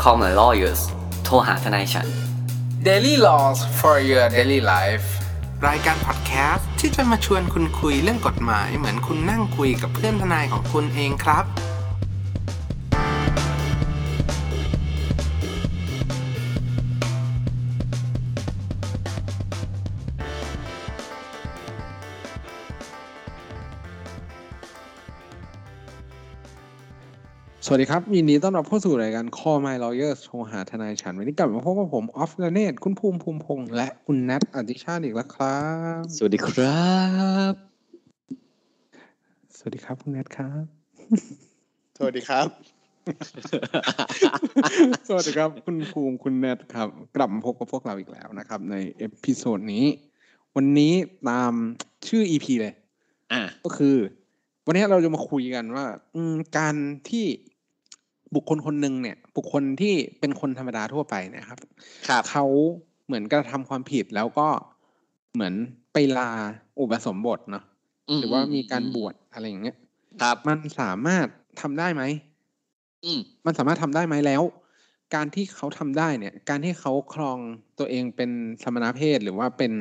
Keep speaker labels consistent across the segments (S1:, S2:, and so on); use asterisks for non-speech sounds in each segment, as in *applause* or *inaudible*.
S1: call my lawyers โทรหาทนายฉัน
S2: Daily Laws for your daily life รายการพอดแคสต์ที่จะมาชวนคุณคุยเรื่องกฎหมาย เหมือนคุณนั่งคุยกับเพื่อนทนายของคุณเองครับ
S3: สวัสดีครับยินดีต้อนรับเข้าสู่รายการ Call My Lawyers โทรหาทนายฉัน วันนี้กลับมาพบกับผม ออฟเลเนตคุณภูมิภูมิพงษ์และคุณแนทอดิชาติอีกแล้วครับ
S4: สวัสดีครับ
S3: สวัสดีครับคุณแนทครับ
S5: สวัสดีครับ
S3: *laughs* สวัสดีครับ คุณภูมิคุณแนทครับ กลับมาพบกับพวกเราอีกแล้วนะครับ ในเอพิโซดนี้ วันนี้ตามชื่อ EP เลย
S4: อ่ะ
S3: ก็คือ วันนี้เราจะมาคุยกันว่า อืมการที่บุคคลคนหนึ่งเนี่ย บุคคลที่เป็นคนธรรมดาทั่วไปเนะครับ
S5: ครับ
S3: เขาเหมือนกระทำความผิดแล้วก็เหมือนไปลาอุปสมบทเนาะหรือว่ามีการบวชอะไรอย่างเงี้ย
S5: ครับ
S3: มันสามารถทำได้ไหม
S4: อืม
S3: มันสามารถทำได้ไหมแล้ว การที่เขาทำได้เนี่ย การที่เขาครองตัวเองเป็นสมณเพศหรือว่าเป็น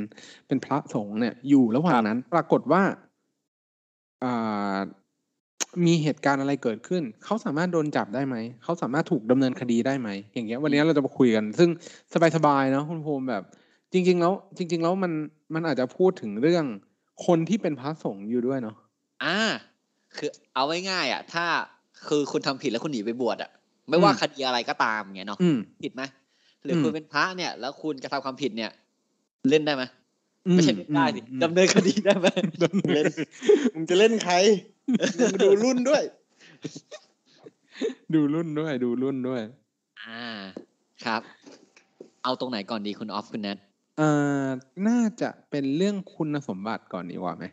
S3: เป็นพระสงฆ์เนี่ย อยู่ระหว่างนั้น ปรากฏว่าอ่ามีเหตุการณ์อะไรเกิดขึ้น เขาสามารถโดนจับได้ไหม เขาสามารถถูกดำเนินคดีได้ไหม อย่างเงี้ย วันนี้เราจะมาคุยกัน ซึ่ง สบายๆเนาะคุณภูมิแบบ จริง ๆ แล้ว จริง ๆ แล้วมันมันอาจจะพูดถึงเรื่องคนที่เป็นพระสงฆ์อยู่ด้วยเนาะ
S4: อ่า คือเอาไว้ง่ายอ่ะ ถ้าคือคุณทำผิดแล้วคุณหนีไปบวชอ่ะ ไม่ว่าคดีอะไรก็ตามอย่างเงี้ยเนาะ
S3: อืม
S4: ผิดไหมหรืออ
S3: ม
S4: คุณเป็นพระเนี่ย แล้วคุณกระทำความผิดเนี่ย เล่นได้ไหม
S3: อื
S4: ไม่ใช่เล่นได้สิ
S3: อืม
S4: ดำเนินคดีได้ไหม
S5: เล่น มึงจะเล่นใคร มึงมาดูรุ่นด้วย
S3: ดูรุ่นด้วย ดูรุ่นด้วย
S4: อ่า ครับ เอาตรงไหนก่อนดีคุณออฟคุณแนท
S3: เอ่อน่าจะเป็นเรื่องคุณสมบัติก่อนดีกว่าไหม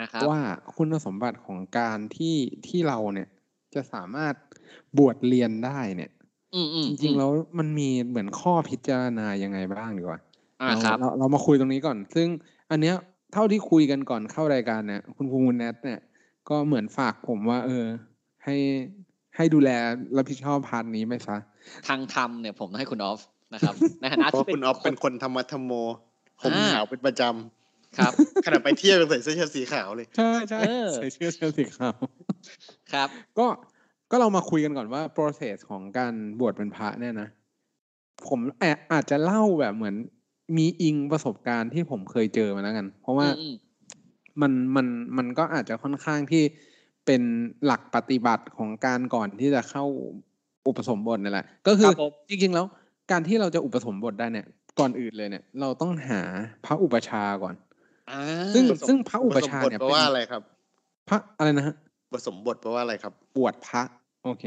S4: นะครับ
S3: ว่าคุณสมบัติของการที่ที่เราเนี่ย จะสามารถบวชเรียนได้เนี่ย
S4: อืมอืม
S3: จริงๆแล้วมันมีเหมือนข้อพิจารณายังไงบ้างดีกว่า
S4: อ่า
S3: เรา
S4: ครับ
S3: เราเรามาคุยตรงนี้ก่อน ซึ่งอันเนี้ยเท่าที่คุยกันก่อนเข้ารายการเนี่ยคุณภูมิคุณแนทเนี่ย ก็เหมือนฝากผมว่า เออ ให้ให้ดูแลรับผิดชอบพาร์ทนี้ไหมซะ
S4: ทางธรรมเนี่ย ผมต้องให้คุณออฟนะครับ
S3: *laughs*
S4: ในฐานะ
S5: เพราะ
S4: ที่
S5: ว่าคุณออฟเป็น
S4: ค
S5: คนธรรมะธรรมโม ผม
S4: อ่า
S5: ขาวเป็นประจ
S4: ครับ
S5: ำ ขนาดไปเที่ยวยังใส่เสื้อเชิ้ตสีขาวเลย
S3: ใช่ใช่
S4: เออ
S3: ใส่เสื้อเชิ้ตสีขาว
S4: ครับ
S3: ก็ก็เรามาคุยกันก่อนว่า process ของการบวชเป็นพระเนี่ยนะ ผมแอบอาจจะเล่าแบบเหมือนมีอิงประสบการณ์ที่ผมเคยเจอมาแล้วกัน เพราะว่า
S4: อืม
S3: มันมันมันก็อาจจะค่อนข้างที่เป็นหลักปฏิบัติของการก่อนที่จะเข้าอุปสมบทนี่แหละ ก็คื
S4: ครั
S3: อบ
S4: ผม
S3: จริง ๆ แล้ว การที่เราจะอุปสมบทได้เนี่ยก่อนอื่นเลยเนี่ย เราต้องหาพระอุปชฌาย์ก่อน
S4: อ่า
S3: ซึ่ง
S5: อุปสม
S3: ซึ่งพระอุปชฌา
S5: บ
S3: ย์
S5: ท
S3: เนี่ย
S5: แปล
S3: เป็น
S5: ว่าอะไรครับ
S3: พระอะไรนะฮะ
S5: ผสมบทแปลว่าอะไรครับ
S3: บวชพระ โอเค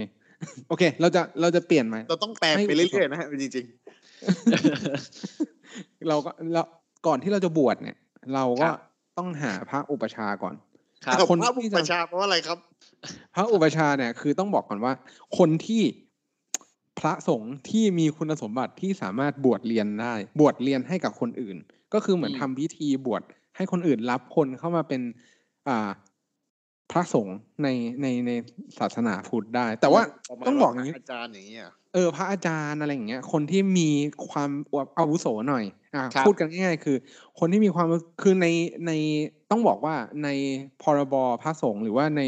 S3: โอเค *laughs* เราจะเราจะเปลี่ยนไหม *laughs*
S5: เราต้องแปลไปเรื่อยๆนะฮะจริง
S3: เราก็เราก่อนที่เราจะบวชเนี่ย เราก็
S4: ครับ
S3: ต้องหาพระอุปชฌาย์ก่อน
S5: ๆ
S4: ครับ
S5: เอา
S3: คน
S5: พระบุ
S3: ที่
S5: ป
S3: จะ
S5: ชาแปลว่าอะไรครับ
S3: พระอุปชฌาย์เนี่ยคือต้องบอกก่อนว่า คนที่พระสงฆ์ที่มีคุณสมบัติที่สามารถบวชเรียนได้ บวชเรียนให้กับคนอื่น ก็คือเหมือน
S4: อืม
S3: ทำพิธีบวชให้คนอื่นรับคนเข้ามาเป็น อ่า พระสงฆ์ในในในศาสนาพุทธได้ แต่ว่า
S5: ประมณ
S3: ต้องบอกอย่างนี้
S5: ว่พระอาจารย์อย่างนี้อ่ะ
S3: เออพระอาจารย์อะไรอย่างเงี้ย คนที่มีความอาวุโสหน่อยอ่ะ
S4: ครับ
S3: พูดกันง่ายๆคือ คนที่มีความคือในในต้องบอกว่าในพรบพระสงฆ์หรือว่าใน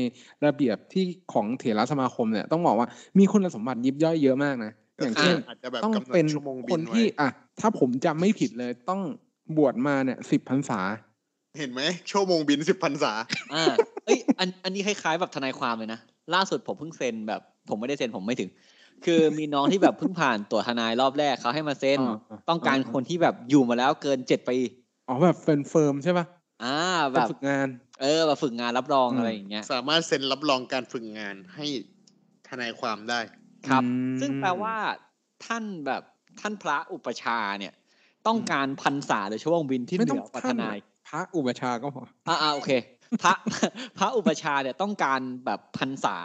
S3: ระเบียบที่ของเถรสมาคมเนี่ย ต้องบอกว่ามีคุณสมบัติยิบย่อยเยอะมากนะอ
S5: ก็
S3: ย่าง
S5: คื
S3: เช่
S5: อน อาจจะแบบ
S3: ต้อง
S5: กำหนด
S3: เป็น
S5: ชั่วโมง
S3: ค
S5: บิ
S3: น
S5: นไว้
S3: ที่อ่ะถ้าผมจำไม่ผิดเลยต้องบวชมาเนี่ยสิบพรรษา
S5: เห็นไหมชั่วโมงบินสิบพรรษา
S4: อ่าเอ้ยอันอันนี้คล้ายๆแบบทนายความเลยนะ ล่าสุดผมเพิ่งเซ็นแบบ ผมไม่ได้เซ็นผมไม่ถึง คือมีน้องที่แบบเพิ่งผ่านตัวจทนายรอบแรกเขาให้มาเซ็น
S3: อ่าอ่า
S4: ต้องการคนที่แบบอยู่มาแล้วเกินเจ็ดปี
S3: อ๋อแบบเฟิร์มเฟิร์มๆใช่ป่ะ
S4: อ่าแบ
S3: จะ
S4: บ
S3: ฝึกงาน
S4: เออแบบฝึกงานรับรอง
S3: อืม
S4: อะไรอย่างเงี้ย
S5: สามารถเซ็นรับรองการฝึกงานให้ทนายความได้
S4: ครับ
S3: อืม
S4: ซึ่งแปลว่าท่านแบบท่านพระอุปชฌาย์เนี่ย ต้องการพันษาหรือชั่วโมงบินที่เห
S3: ไม่
S4: นื
S3: ต้อง
S4: อกว่าท
S3: ท่าน
S4: นาย
S3: พระอุปชฌาย์ก็พอ
S4: อ่าอ่าโอเค พระ *laughs* พระอุปชฌาย์เนี่ยต้องการแบบพันษา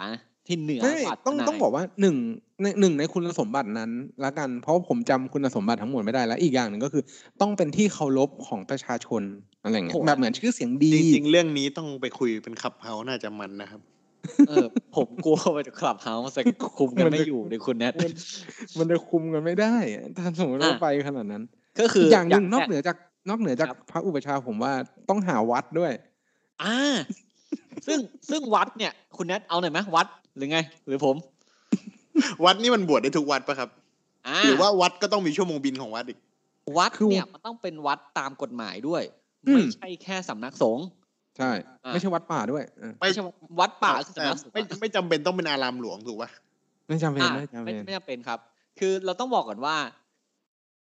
S4: ที่เหนือ
S3: ไม่
S4: กว่า
S3: ต้อง
S4: ทนาย
S3: ต้องบอกว่าหนึ่งในหนึ่งในคุณสมบัตินั้นละกัน เพราะผมจำคุณสมบัติทั้งหมดไม่ได้แล้วอีกอย่างหนึ่งก็คือ ต้องเป็นที่เคารพของประชาชนอะไรอย่างเงี้
S4: โอ้
S3: ย
S4: โห
S3: แบบเหมือนชื่อเสียงดี
S5: จริงๆ เรื่องนี้ต้องไปคุยเป็นขับเฮาน่าจะมันนะครับ
S4: เออ ผมกลัวว่าจะคลับเฮาส์จะคุมกันไม่อยู่ในคุณแนท
S3: มันมันจะคุมกันไม่ได้อะถ้าสมมติว่า
S4: อ่ะ
S3: ไปขนาดนั้น
S4: ก็คือ
S3: อีกอย่างหนึ่งน
S4: แร
S3: อกเหนือจากนอกเหนือจาก
S4: ครับ
S3: พระอุปชฌาย์ผมว่าต้องหาวัดด้วย
S4: อ่า ซึ่งซึ่งวัดเนี่ย คุณแนทเอาหน่อยไหมวัดหรือไง หรือผม
S5: วัดนี่มันบวชได้ทุกวัดปะครับ
S4: อ่า
S5: หรือว่าวัดก็ต้องมีชั่วโมงบินของวัดอีก
S4: วัด
S3: คือ
S4: เนี่ยมันต้องเป็นวัดตามกฎหมายด้วย
S3: อืม
S4: ไม่ใช่แค่สำนักสงฆ์
S3: ใช่
S4: อ่ะ
S3: ไม่ใช่วัดป่าด้วยอ่ะ
S5: ไม่
S4: ไม่ใช่วัดป่าคือ
S5: แต่
S4: สำนักสงฆ์
S5: ไม่
S4: อะ
S5: ไม่จำเป็นต้องเป็นอารามหลวงถูกปะ
S3: ไม่จำเป็น
S4: อ่ะ
S3: ไม่จำ
S4: ไม่
S3: เป็น
S4: ไม่จำเป็นครับ คือเราต้องบอกก่อนว่า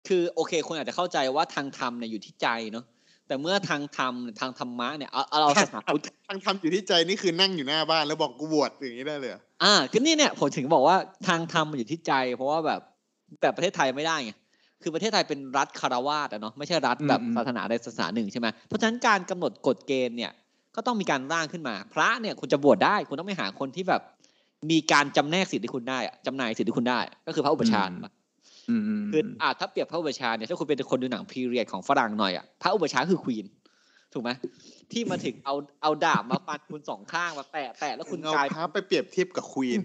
S4: คือโอเคคนอาจจะเข้าใจว่าทางธรรมเนี่ยอยู่ที่ใจเนาะ แต่เมื่อทางธรรมเนี่ยทางธรรมะเนี่ยเอา *laughs* เอาเราศาสนาพุทธ
S5: ทางทำอยู่ที่ใจนี่คือนั่งอยู่หน้าบ้านแล้วบอกกูบวชอย่างนี้ได้เลยเหรอ
S4: อ่า คือนี่เนี่ยผมถึงบอกว่าทางธรรมมันอยู่ที่ใจ เพราะว่าแบบแบบประเทศไทยไม่ได้ไง คือประเทศไทยเป็นรัฐคารวาสอะเนาะ ไม่ใช่รัฐแบบ
S3: อืมอืม
S4: ศาสนาใดศาสนาหนึ่งใช่ไหมเพราะฉะนั้นการกำหนดกฎเกณฑ์เนี่ย ก็ต้องมีการร่างขึ้นมา พระเนี่ยคุณจะบวชได้ คุณต้องไปหาคนที่แบบ มีการจำแนกสิทธิ์ที่คุณได้อะจำหนายสิทธิ์ที่คุณได้ ก็คือพระอุปชฌาย์ปะ
S3: อืมอืม
S4: คืออ่ะถ้าเปรียบพระอุปชฌาย์เนี่ยถ้าคุณเป็นคนดูหนังพีเรียดของฝรั่งหน่อยอ่ะพระอุปชฌาย์คือควีนถูกไหมที่มาถึงเอาเอาดาบมาฟันคุณสองข้างมาแตะแตะแล้วคุณ
S5: เอา
S4: กลาย
S5: พระไปเปรียบเทียบกับควีน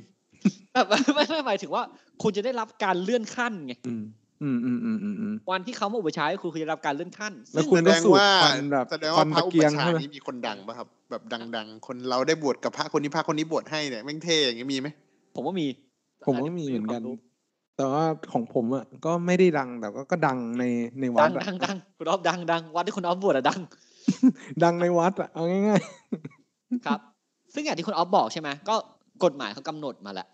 S4: แบบไม่ไม่ไม่หมายถึงว่า คุณจะได้รับการเลื่อนขั้นไง
S3: อืมอืมอืมอืมอืมอืม
S4: วันที่เขามาอุปชฌาย์ให้คุณคุณจะรับการเลื่อนขั้น
S3: แล้ว
S4: ซึ่ง
S3: คุณ
S5: แสดงว่า
S3: ก็สูดควันแบบ
S5: แสดง
S3: ควั
S5: ว่าน พระอุ
S3: ตะ
S5: ป
S3: เกียง
S5: ชา
S3: ใช่ไหม
S5: นี้มีคนดังป่ะครับ แบบดังๆ คนเราได้บวชกับพระคนนี้พระคนนี้บวชให้เนี่ยแม่งเท่อย่างงี้มีไหม
S4: ผมว่ามี
S3: ผมก็มีเหมือนกัน
S4: ควารู้
S3: แต่ว่าของผมอ่ะก็ไม่ได้ดังแต่ก็ก็ดังในในวั
S4: ดั
S3: ด
S4: ง
S3: อะ
S4: ดังดังคุณออฟดังดังวัดที่คุณออฟบวชอะดัง
S3: ดังในวัดอะเอาง่าย
S4: ครับ ซึ่งอย่างที่คุณออฟบอกใช่ไหมก็กฎหมายเขากำหนดมาแล้ว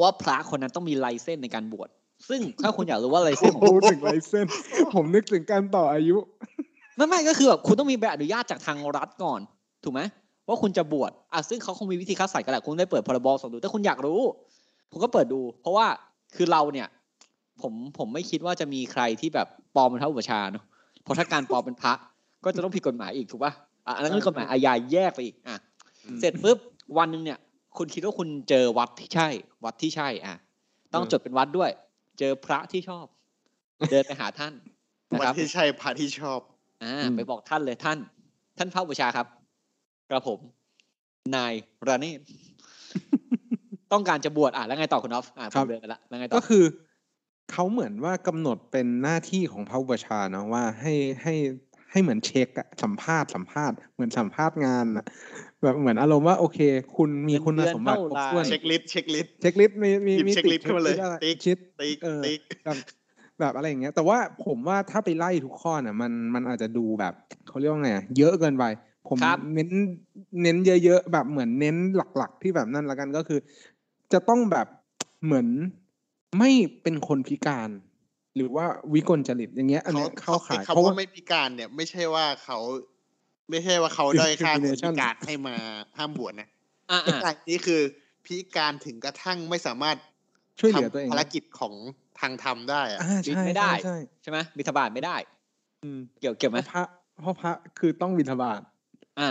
S4: ว่าพระคนนั้นต้องมีไลเซนส์ในการบวชซึ่งถ้าคุณอยากรู้ว่าไลเซนส์ของ
S3: ๆพูดถึงไรเส้น *laughs* ผมนึกถึงการต่ออายุ
S4: ไม่ไม่ก็คือแบบคุณต้องมีใบอนุญาตจากทางรัฐก่อน ถูกไหมว่าคุณจะบวชอ่ะซึ่งเขาคงมีวิธีคัดสรรกันแหละคุณได้เปิดพรบสมดูถ้าคุณอยากรู้ คุณก็เปิดดู เพราะว่าคือเราเนี่ย ผมผมไม่คิดว่าจะมีใครที่แบบปลอมเป็นพระอุปชฌาย์เนอะเพราะถ้าการปลอมเป็นพระก็จะต้องผิดกฎหมายอีกถูกป่ะอ่ะอันนั้นก็คือกฎหมายอาญาแยกไปอีกอ่ะเสร็จปุ๊บวันหนึ่งเนี่ย คุณคิดว่าคุณเจอวัดที่ใช่ วัดที่ใช่อ่ะต้องจดเป็นวัดด้วย เจอพระที่ชอบ เดินไปหาท่านนะค
S5: วั
S4: น รับ
S5: ที่ใช่พระที่ชอบ
S4: อ่า
S3: อืม
S4: ไปบอกท่านเลยท่าน ท่านพระบูชาครับ กระผม นายระ *laughs* เนศ ต้องการจะบวชอ่ะแล้วไงต่อคุณออฟอ่ะผมเดินไปละแล้วไงต่อ
S3: ก็คือเขาเหมือนว่ากำหนดเป็นหน้าที่ของพระอุปชฌาย์เนอะว่าให้ให้ให้เหมือนเช็คอะสัมภาษณ์สัมภาษณ์เหมือนสัมภาษณ์งานอะแบบเหมือนอารมณ์ว่าโอเค คุณมีคุณสมบัติครบถ้วน
S5: เช็คลิสต์เช็คลิสต์
S3: เช็คลิสต์มีมี
S5: หยิบ
S3: มี
S5: เช็คลิสต์ขึ้นมาเลย
S3: อะไร
S5: ติ๊ก
S3: ชิด
S5: ติ๊ก
S3: เออ
S5: ติ๊ก
S3: แบบแบบอะไรอย่างเงี้ย แต่ว่าผมว่าถ้าไปไล่ทุกข้อน่ะมันมันอาจจะดูแบบเขาเรียกว่าไงอะเยอะเกินไป ผม
S4: ครับ
S3: เน้นเน้นเยอะๆแบบเหมือนเน้นหลักๆ ที่แบบนั่นละกันก็คือ จะต้องแบบเหมือนไม่เป็นคนพิการ หรือว่าวิกลจริตอย่างเงี้ย อันเนี้ยเข้าขาย
S5: ไอ้คำว่าไม่พิการเนี่ย ไม่ใช่ว่าเขา ไม่ใช่ว่าเขาด้อยค่าคนพิการให้มาห้ามบวชนะ
S4: อ่ะอ่ะ
S5: แต่นี่คือพิการถึงกระทั่งไม่สามารถ
S3: ช่วยเหลือตัวเอง
S5: ทำภารกิจของทางธรรมได้อะ
S3: อ่าใช่ใช่ใช่
S4: ใช่ไหมบิทบาทไม่ได้เกี่ยวเกี่ยว
S3: เพ
S4: ไหม
S3: ราะพระเพราะพระคือต้องบิณฑบาต
S4: อ่า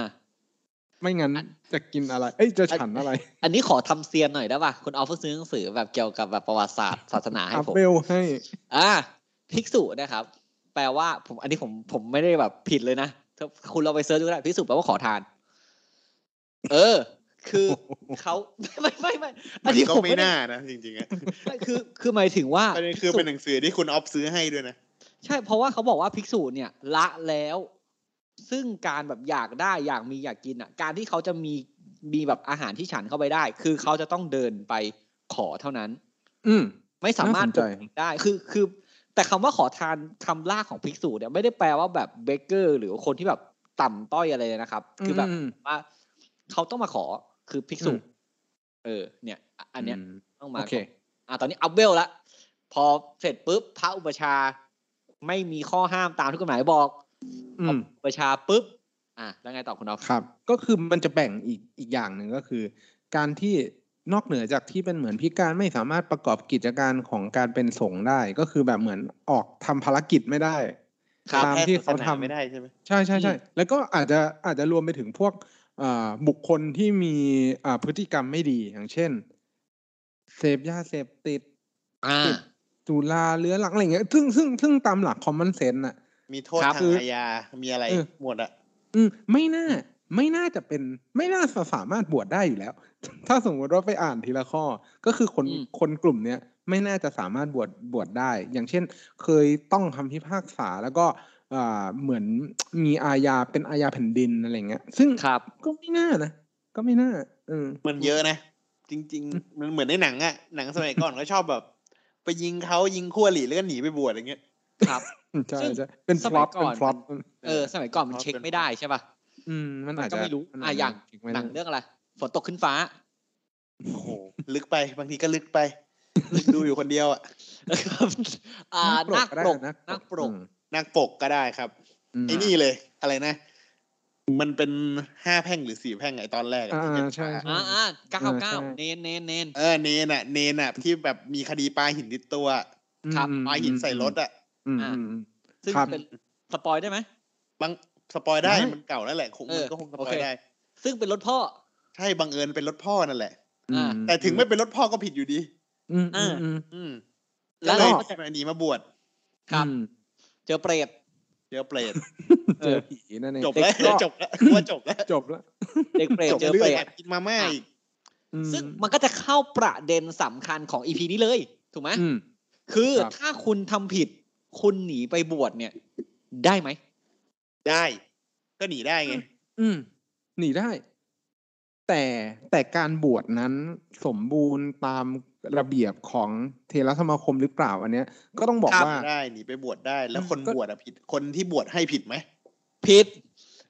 S3: ไม่งั้นจะกินอะไร เอ้ยจะฉันอะไร
S4: อันนี้ขอทำเซียนหน่อยได้ป่ะคุณออฟเพิ่งซื้อหนังสือแบบเกี่ยวกับแบบประวัติศาสตร์ศาสนาให้
S3: อัพ
S4: ผม
S3: เวลให้
S4: อ่าภิกษุนะครับ แปลว่าผม อันนี้ผมผมไม่ได้แบบผิดเลยนะถ้าคุณเราไปเซิร์ชดูก็ได้ภิกษุแปลว่าขอทาน เออ คือเขา *laughs* ไม่ไม่ไม่อั
S5: มัน
S4: นนี้
S5: ก็
S4: ผม
S5: ไม่
S4: ไม่ได้
S5: น่านะจริงๆอะ
S4: ไม่คือคือหมายถึงว่า
S5: ประเด็นคือเป็นหนังสือที่คุณออฟซื้อให้ด้วยนะ
S4: ใช่เพราะว่าเขาบอกว่าภิกษุเนี่ยละแล้ว ซึ่งการแบบอยากได้อยากมีอยากกินอ่ะ การที่เขาจะมีมีแบบอาหารที่ฉันเข้าไปได้ คือเขาจะต้องเดินไปขอเท่านั้น
S3: อืม
S4: ไม่สามารถ
S3: น่าสนใจ
S4: ปกปิดได้คือคือ แต่คำว่าขอทานคำล่ากของภิกษุเนี่ยไม่ได้แปลว่าแบบเบเกอร์ หรือคนที่แบบต่ำต้อยอะไรเลยนะครับ คือแบบ
S3: ม
S4: ว่าเขาต้องมาขอคือภิกษุ
S3: อืม
S4: เออ เนี่ย อันเนี้ย
S3: ม
S4: ต้องมา
S3: โอเค
S4: อ่ะตอนนี้อัพเวลละพอเสร็จปุ๊บพระอุปชฌาย์ไม่มีข้อห้ามตามที่กฎหมายบอก
S3: อืม
S4: อุปชฌาย์ปุ๊บ อ่ะแล้วไงต่อคุณออฟ
S3: ครับ ก็คือมันจะแบ่งอีกอีกอย่างหนึ่งก็คือ การที่นอกเหนือจากที่เป็นเหมือนพิการไม่สามารถประกอบกิจการของการเป็นสงฆ์ได้ ก็คือแบบเหมือนออกทำภารกิจไม่ได้
S4: ครับ
S3: ตามที่เขาทำ
S5: ไม่ได้ใช่ไหม
S3: ใช่ใช่ใช่แล้วก็อาจจะอาจจะรวมไปถึงพวกเอ่อบุคคลที่มีอ่าพฤติกรรมไม่ดีอย่างเช่น เสพยาเสพติด
S4: อ่า
S3: จุลาเรื้อรังอะไรอย่างเงี้ยซึ่งซึ่งซึ่งตามหลักคอมมอนเซนต์น่ะ
S5: มีโทษ
S4: ครับ
S5: ทางอาญา มีอะไร
S3: เออ
S5: หมดอะ
S3: อืมไม่น่า ไม่น่าจะเป็นไม่น่าจะสามารถบวชได้อยู่แล้ว *laughs* ถ้าสมมติว่าไปอ่านทีละข้อ ก็คือคน
S4: อืม
S3: คนกลุ่มเนี้ยไม่น่าจะสามารถบวชบวชได้ อย่างเช่น เคยต้องคำพิพากษาแล้วก็อ่าเหมือนมีอาญาเป็นอาญาแผ่นดินอะไรเงี้ย ซึ่ง
S4: ครับ
S3: ก็ไม่น่านะก็ไม่น่าเออ
S5: มันเยอะนะ จริง ๆ มันเหมือนในหนังอะหนังสมัยก่อนก็ชอบแบบ ไปยิงเขายิงคู่อริแล้วก็หนีไปบวชอะไรเงี้ย
S4: ครับ
S3: ใช่
S4: ซึ่ง
S3: ใช่เป็น
S4: ส
S3: พ
S4: มั
S3: ล็อย ต
S4: ก่
S3: เป็
S4: อน
S3: นพล็อต
S4: มัน เออ สมัยก่อนมันเช็คไม่ได้ใช่ป่ะ
S3: อืมมันอาจ
S4: มันก็
S3: จะ
S4: ไม่รู้
S3: น
S4: อ่ะ
S3: จจะ
S4: อย่าง
S3: ถึไม่
S4: หนั
S3: ได้
S4: งเรื่องอะไร ฝนตกขึ้นฟ้า *laughs*
S5: โอ้โห ลึกไปบางทีก็ลึกไป ดูอยู่คนเดียวอะ
S4: อ่านักปรกนักปรก
S5: นั่งปกก็ได้ครับ
S3: ม
S5: ไอ้นี่เลย อะไรนะ มันเป็นห้าแพ่งหรือสี่แพ่งไอตอนแรกอะ
S3: อ่า
S5: ที่เป็น
S3: ใช่ใช่
S4: อ่าอ่าเก้าเก้า
S3: ใช่
S4: เนนเนนเนน
S5: เออเนนอะเนนอะที่แบบมีคดีปลาหินติดตัว
S4: ครับ
S3: อืม
S5: ปลาหินใส่รถอะ
S3: อืมอืม
S4: ซึ่ง
S3: ครับ
S4: เป็นสปอยได้ไหม
S5: บางสปอยได้
S3: ได้
S5: มันเก่าแล้วแหละ คง
S4: เอ
S5: มั
S4: อน
S5: ก็คงสป
S4: โอ
S5: อ
S4: เค
S5: ยได้
S4: ซึ่งเป็นรถพ่อ
S5: ใช่บังเอิญเป็นรถพ่อนั่นแหละ
S3: อืม
S4: อ่า
S5: แต่ถึงไม่เป็นรถพ่อก็ผิดอยู่ดี
S3: อืมอืมอืม
S5: อืม
S4: แล้ว
S5: ก็
S4: เรา
S5: เลย
S4: ก็จะ
S5: มาหนีมาบวช
S4: ครับ
S3: อืม
S4: เจอเปรต
S5: เดี๋ยวเปรต
S3: เจอผีนั่นเอง
S5: จบแล้ว
S3: ก็
S5: จบแล้วกูว่าจบแล้ว
S3: จบแล้ว
S4: เด็กเปรต
S5: จบ
S4: เจอ
S5: เรื่
S4: เป
S5: อ
S4: รง ต
S5: แอบกินมาม่าอีก
S3: อื
S4: ซึ่งมันก็จะเข้าประเด็นสำคัญของอีพีนี้เลย ถูกไหม
S3: อืม
S4: คือ
S3: ครับ
S4: ถ้าคุณทำผิด คุณหนีไปบวชเนี่ย ได้ไหม
S5: ได้ ก็หนีได้ไง
S3: อืมหนีได้ แต่แต่การบวชนั้นสมบูรณ์ตามระเบียบของเทรสมาคมหรือเปล่าอันเนี้ย ก็ต้องบอก
S5: ข้าม
S3: ว่า
S5: ได้หนีไปบวชได้ แล้ว
S3: อืม
S5: คน
S3: ก็
S5: บวชอะผิด คนที่บวชให้ผิดไหม
S4: ผิด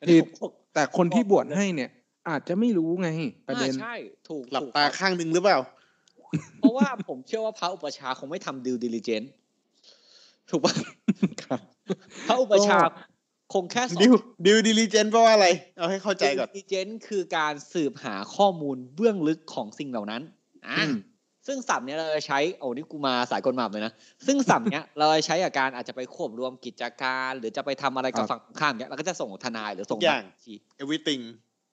S3: ผิด แต่คนที่บวชให้เนี่ย อาจจะไม่รู้ไงประเด็น
S4: อ่าใช่ ถูก
S5: หลับ
S4: ถูก
S5: ตาข้างหนึ่งหรือเปล่า
S4: เพราะว่าผมเชื่อว่าพระอุปชฌาย์คงไม่ทำดิวดิลิเจนถูกป่ะ *laughs*
S3: ครับ
S4: พระอุปชฌาย์คงแค่สอน
S5: ดิวดิวดิลิเจนแปลว่าอะไร เอาให้เข้าใจก่อน
S4: i n t e l l i g e n c e คือการสืบหาข้อมูลเบื้องลึกของสิ่งเหล่านั้นอ่ะ
S3: อืม
S4: ซึ่งศัพท์เนี้ยเราจะใช้ โอ้นี่กูมาสายกฎหมายเลยนะ ซึ่งศัพท์เนี้ย *laughs* เราจะใช้กับการอาจจะไปควบรวมกิจการ หรือจะไปทำอะไรกับฝั่งตรงข้ามเนี้ยเราก็จะส่งทนายหรือส่ง
S5: ทุกอย่าง
S4: บัญชี
S5: everything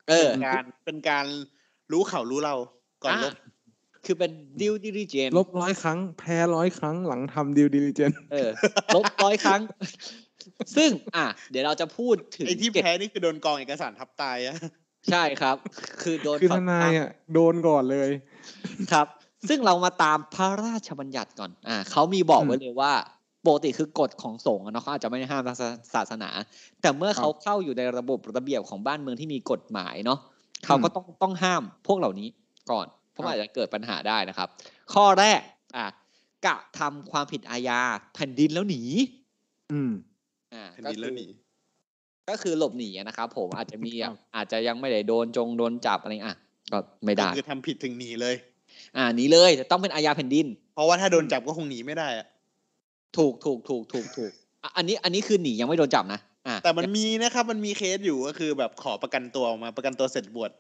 S4: เออ
S5: เป็นการเป็นการรู้เขารู้เราก่อนลบ
S4: ะคือเป็น due diligence
S3: ลบร้อยครั้ง แพ้ร้อยครั้งหลังทำดิวดิลิเจน
S4: เออ *laughs* ลบร้อยครั้ง *laughs* ซึ่งอ่ะ เดี๋ยวเราจะพูดถึง
S5: ไอ้ที่
S4: เจ็ด
S5: แพ้นี่คือโดนกองเอกสารทับตายอะ
S4: ใช่ครับ คือโดน
S3: คือท
S4: ฝั่ง
S3: นาย
S4: ข้ม
S3: อ่ะ โดนก่อนเลย
S4: ครับ ซึ่งเรามาตามพระราชบัญญัติก่อน อ่าเขามีบอก
S3: อืม
S4: ไว้เลยว่าปกติคือกฎของสงฆ์อะเนาะเขาอาจจะไม่ได้ห้ามทางศาศาสนา แต่เมื่อ
S3: ครับ
S4: เขาเข้าอยู่ในระบบระเบียบของบ้านเมืองที่มีกฎหมายเนาะเขาก็ต้องต้องห้ามพวกเหล่านี้ก่อน เพราะ
S3: ครับ
S4: อาจจะเกิดปัญหาได้นะครับ ข้อแรก อ่ากระทำความผิดอาญาแผ่นดินแล้วหนี
S3: อืม
S4: อ่า
S5: แผ่น
S4: ก็
S5: ดินแล้วหนี
S4: ก็คือหลบหนีอะนะครับผมอาจจะมี
S3: ครั
S4: อ่ะ
S3: บ
S4: อาจจะยังไม่ได้โดนจงโดนจับอะไรอ่ะก็ไม่ได้
S5: คือทำผิดถึงหนีเลย
S4: อ่าหนีเลยแต่ต้องเป็นอาญาแผ่นดิน
S5: เพราะว่าถ้าโดนจับก็คงหนีไม่ได้อะ
S4: ถูกถูกถูกถูกถูกอ่ะอันนี้อันนี้คือหนียังไม่โดนจับนะอ่ะ
S5: แต่มันมีนะครับ มันมีเคสอยู่ก็คือแบบขอประกันตัวออกมาประกันตัวเสร็จบวช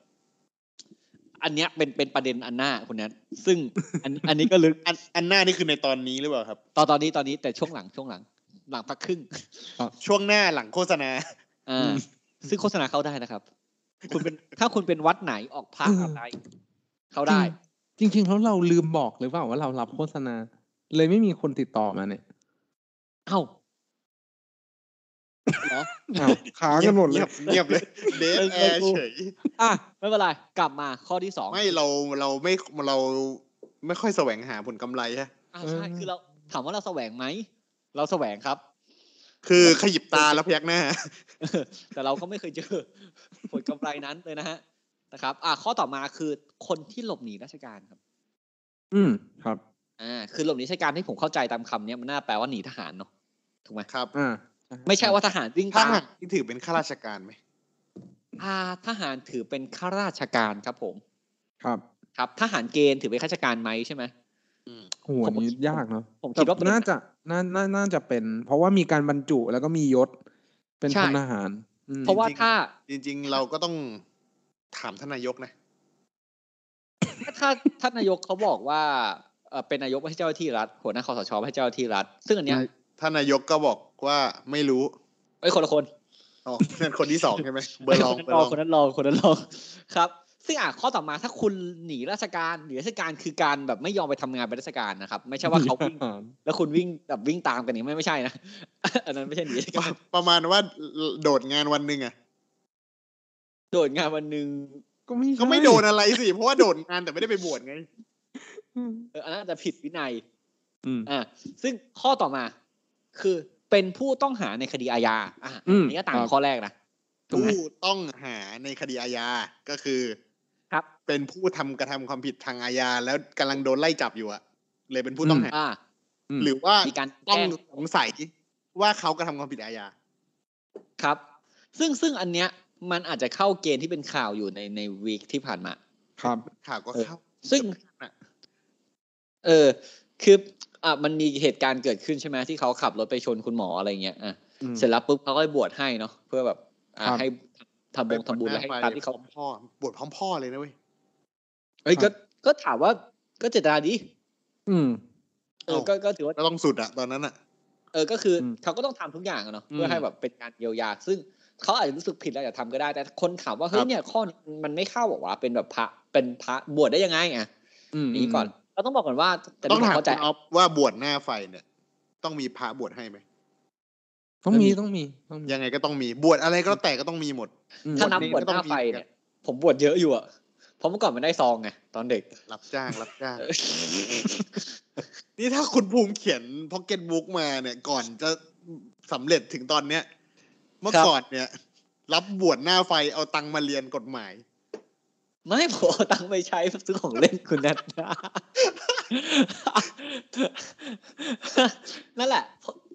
S4: อันเนี้ยเป็นเป็นประเด็นอันหน้าคุณแนทซึ่งอันอันนี้ก็ลึก
S5: อันอันหน้านี่คือในตอนนี้หรือเปล่าครับ
S4: ตอนตอนนี้ตอนนี้แต่ช่วงหลังช่วงหลัง หลังพักครึ่ง
S5: ช่วงหน้าหลังโฆษณา
S4: อ่าซึ่งโฆษณาเข้าได้นะครับ คุณเป็นถ้าคุณเป็นวัดไหนออกพระอะไร เข้าได้
S3: จริงจริงๆแล้วเราลืมบอกหรือเปล่าว่าเรารับโฆษณา เลยไม่มีคนติดต่อมาเนี่ย
S4: เอ้าเหรอ
S3: อ้าวค้างกันหมด *laughs* เลย
S5: เงียบเลยเดทแอร์เฉย
S4: อ่ะไม่เป็นไรกลับมาข้อที่สอง
S5: ไม่เราเราไม่เราไม่ค่อยแสวงหาผลกำไรฮะ
S4: อ่ะใช่คือเรา ถามว่าเราแสวงไหมเราแสวงครับ *laughs*
S5: คือขยิบตาแล้วพยักหน้า
S4: แต่เราก็ไม่เคยเจอ *laughs* ผลกำไรนั้นเลยนะฮะนะครับ อ่าข้อต่อมาคือคนที่หลบหนีราชการครับ
S3: อืมครับ
S4: อ่าคือหลบหนีราชการที่ผมเข้าใจตามคำเนี้ยมันน่าแปลว่าหนีทหารเนาะถูกไหม
S5: ครับ
S3: อ่า
S4: ไม่ใช่ว่าทหารวิ่ง
S5: ถ้า
S4: ตาม
S5: หากนี่ถือเป็นข้าราชการไหม
S4: อ่าทหารถือเป็นข้าราชการครับผม
S3: ครับ
S4: ครับทหารเกณฑ์ถือเป็นข้าราชการไหมใช่ไหม
S3: โหัวนี้ยากเนาะ
S4: ผมคิ
S3: แต่
S4: ดว่าเป็น
S3: น่าจะน่าน่าน่าจะเป็น เพราะว่ามีการบรรจุแล้วก็มียศ เป็น
S4: ใช่
S3: พลทหารอืม
S4: เพราะว่าถ้า
S5: จริง ๆ เราก็ต้องถามท่านนายกนะ
S4: ถ้าท่านนายกเขาบอกว่าเอ่อเป็นนายกให้เจ้าหน้าที่รัฐหัวหน้าคอสชให้เจ้าหน้าที่รัฐ ซึ่งอันเนี้ย
S5: ท่านนายกก็บอกว่าไม่รู้
S4: เอ้ยคนละคน
S5: อ๋อ *laughs* นั่นคนที่สองใช่ไหมเบอร์ลอง
S4: คน
S5: เบอ
S4: นั้น
S5: ร์
S4: ร
S5: ล
S4: อ
S5: อง
S4: คนนั้นรองคนนั้นรองครับ ซึ่งอ่ะข้อต่อมาถ้าคุณหนีราชการหนีราชการคือการแบบไม่ยอมไปทำงานเป็นราชการนะครับ ไม่ใช่ว่าเขา
S3: *laughs*
S4: วิ่ง
S3: ทหาร
S4: แล้วคุณวิ่งแบบวิ่งตามกันอย่างนี้ไม่ไม่ใช่นะ *laughs* อันนั้นไม่ใช่หนีราชการ
S5: *laughs* ประมาณว่าโดดงานวันหนึ่งอะ
S4: โดดงานวันหนึ่ง
S3: ก็ไม่
S5: ก็ไม่โดนอะไรสิ เพราะว่าโดนงานแต่ไม่ได้ไปบวชไง
S4: เอออันนั้นอาจจะผิดวินัย
S3: อืม
S4: อ่าซึ่งข้อต่อมาคือเป็นผู้ต้องหาในคดีอาญาอ่ะ
S3: อืม
S4: อันนี้ก็ต่าง
S3: ครั
S4: กับบ ข้อแรกนะ ถูกไหม
S5: ผู้ต้องหาในคดีอาญาก็คือ
S4: ครับ
S5: เป็นผู้ทำกระทำความผิดทางอาญาแล้วกำลังโดนไล่จับอยู่อะเลยเป็นผู้ต้องหา
S4: อ่า
S3: อืม
S5: หรือว่า
S4: มีการแจ้
S5: ต้อง
S4: ง
S5: สงสัยว่าเขากระทำความผิดอาญา
S4: ครับ ซึ่งซึ่งอันเนี้ยมันอาจจะเข้าเกณฑ์ที่เป็นข่าวอยู่ในในวีคที่ผ่านมา
S3: ครับ
S5: ข่าวก็เข้า
S4: ซึ่ง เออ คืออ่ะมันมีเหตุการณ์เกิดขึ้นใช่ไหมที่เขาขับรถไปชนคุณหมออะไรเงี้ยอ่ะ
S3: อืม
S4: เสร็จแล้วปุ๊บเขาก็บวชให้เนาะเพื่อแบบอ่ะ
S3: ครับ
S4: ให้ทำบงทำบุญ
S5: ไป
S4: แล้วให้
S5: บวชหน้าไฟ
S4: ตามที่เขา
S5: พร้อมพ่อบวชพร้อมพ่อเลยนะเว้ย
S4: เอ้ยก็ก็ถามว่าก็เจตนาดี
S3: อืม
S4: เออ
S5: เอ้า
S4: ก็ก็ถือว่า
S5: ก็ต้องสุดอะตอนนั้นอะ
S4: เออ ก็คืออ
S3: ม
S4: เขาก็ต้องทำทุกอย่างอะเนาะ
S3: อืม
S4: เพื่อให้แบบเป็นการเยียวยา ซึ่งเขาอาจจะรู้สึกผิดแล้วอยากทำก็ได้ แต่คนถามว่า เฮ้
S3: ค
S4: ย
S3: รับ
S4: เนี่ย ข้อนี้มันไม่เข้าบอกว่า เป็นแบบพระ เป็นพระบวชได้ยังไงอ่ะ
S3: อืม
S4: อย่างนี้ก่อน เราต้องบอกก่อนว่าแต่
S5: ต้อง
S4: ที่ผม
S5: ถาม
S4: เข้าใจ
S5: คุณออฟว่าบวชหน้าไฟเนี่ย ต้องมีพระบวชให้ไหม
S3: ต้องมีต้องมีต้องมี
S5: ยังไงก็ต้องมีบวชอะไรก็แล้วแต่ก็ต้องมีหมด
S3: อืม
S4: ถ้านับบวชหน้าไฟเนี่ย ผมบวชเยอะอยู่อ่ะ เพราะเมื่อก่อนมันได้ซองไงตอน *laughs* เด็ก
S5: รับจ้างรับจ้าง นี่ถ้าคุณภูมิเขียนพ็อกเก็ตบุ๊กมาเนี่ย ก่อนจะสำเร็จถึงตอนเนี้ย เมื่อ
S4: ครับ
S5: ก่อนเนี่ย รับบวชหน้าไฟเอาตังค์มาเรียนกฎหมาย
S4: ไม่ผมเอาตังค์ไปใช้ซื้อของเล่นคุณนัท *laughs* นั่นแหละ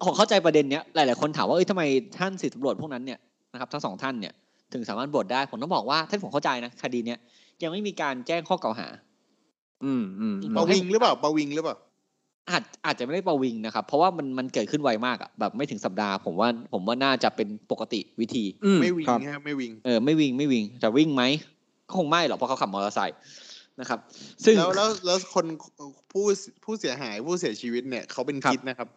S4: ผมเข้าใจประเด็นเนี้ยหลาย ๆ คนถามว่าเอ้ยทำไมท่านสิทธิตำรวจพวกนั้นเนี่ยนะครับทั้งสองท่านเนี่ยถึงสามารถบวชได้ผมต้องบอกว่าท่านผมเข้าใจนะคดีเนี้ยยังไม่มีการแจ้งข้อกล่าวหา
S3: อืมอืมอืม
S5: ปะวิงหรือเปล่าปะวิงหรือเปล่า
S4: อาจอาจจะไม่ได้ประวิงนะครับ เพราะว่ามันมันเกิดขึ้นไวมากอะแบบไม่ถึงสัปดาห์ผมว่าผมว่าน่าจะเป็นปกติวิธี
S3: อื
S5: ไม่วิง
S3: ครับ
S5: ฮะไม่วิง
S4: เออไม่วิ่งไม่วิ่งจะวิ่งไหมก็คงไม่หรอกเพราะเขาขับมอเตอร์ไซค์นะครับ ซึ่ง
S5: แล้วแล้วแล้วคนผู้ผู้เสียหายผู้เสียชีวิตเนี่ยเขาเป็น
S4: ครับ
S5: คิดนะครับ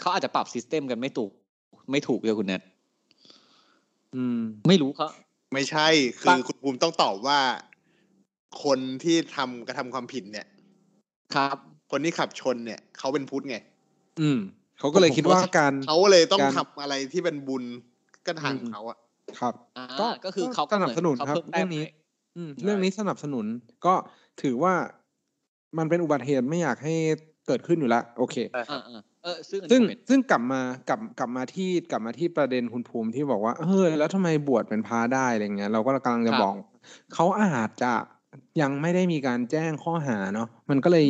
S4: เขาอาจจะปรับซิสเต็มกันไม่ถูก ไม่ถูกเลยคุณแนท
S3: อืม
S4: ไม่รู้เขา
S5: ไม่ใช่คือคุณภูมิต้องตอบว่า คนที่ทำกระทำความผิดเนี่ย
S4: ครับ
S5: คนที่ขับชนเนี่ยเขาเป็นพุทธไง
S3: อืมเขาก็เลยคิดว่าการ
S5: เขาเลยต้อง
S3: การ
S5: ทำอะไรที่เป็นบุญก็ทาง
S3: อืม
S5: เขาอะ
S3: ครับ
S4: อ่า
S3: ก็
S4: ก็คือเขา
S3: สนับสนุน
S4: เขา
S3: ครับ
S4: เพิ่มแต้
S3: เรื่อง
S4: ม
S3: นี้
S4: ให้
S3: อืม
S4: ใช่
S3: เรื่องนี้สนับสนุนก็ถือว่ามันเป็นอุบัติเหตุไม่อยากให้เกิดขึ้นอยู่ละโอเค
S4: อ่าอ่าเออซึ่งอันนี้
S3: ซึ่ง
S4: เป็น
S3: ซึ่งกลับมากลับกลับมาที่กลับมาที่ประเด็นคุณภูมิที่บอกว่าเออแล้วทำไมบวชเป็นพระได้อะไรเงี้ยเราก็กำลังจะบอกเขาอาจจะยังไม่ได้มีการแจ้งข้อหาเนาะมันก็เลย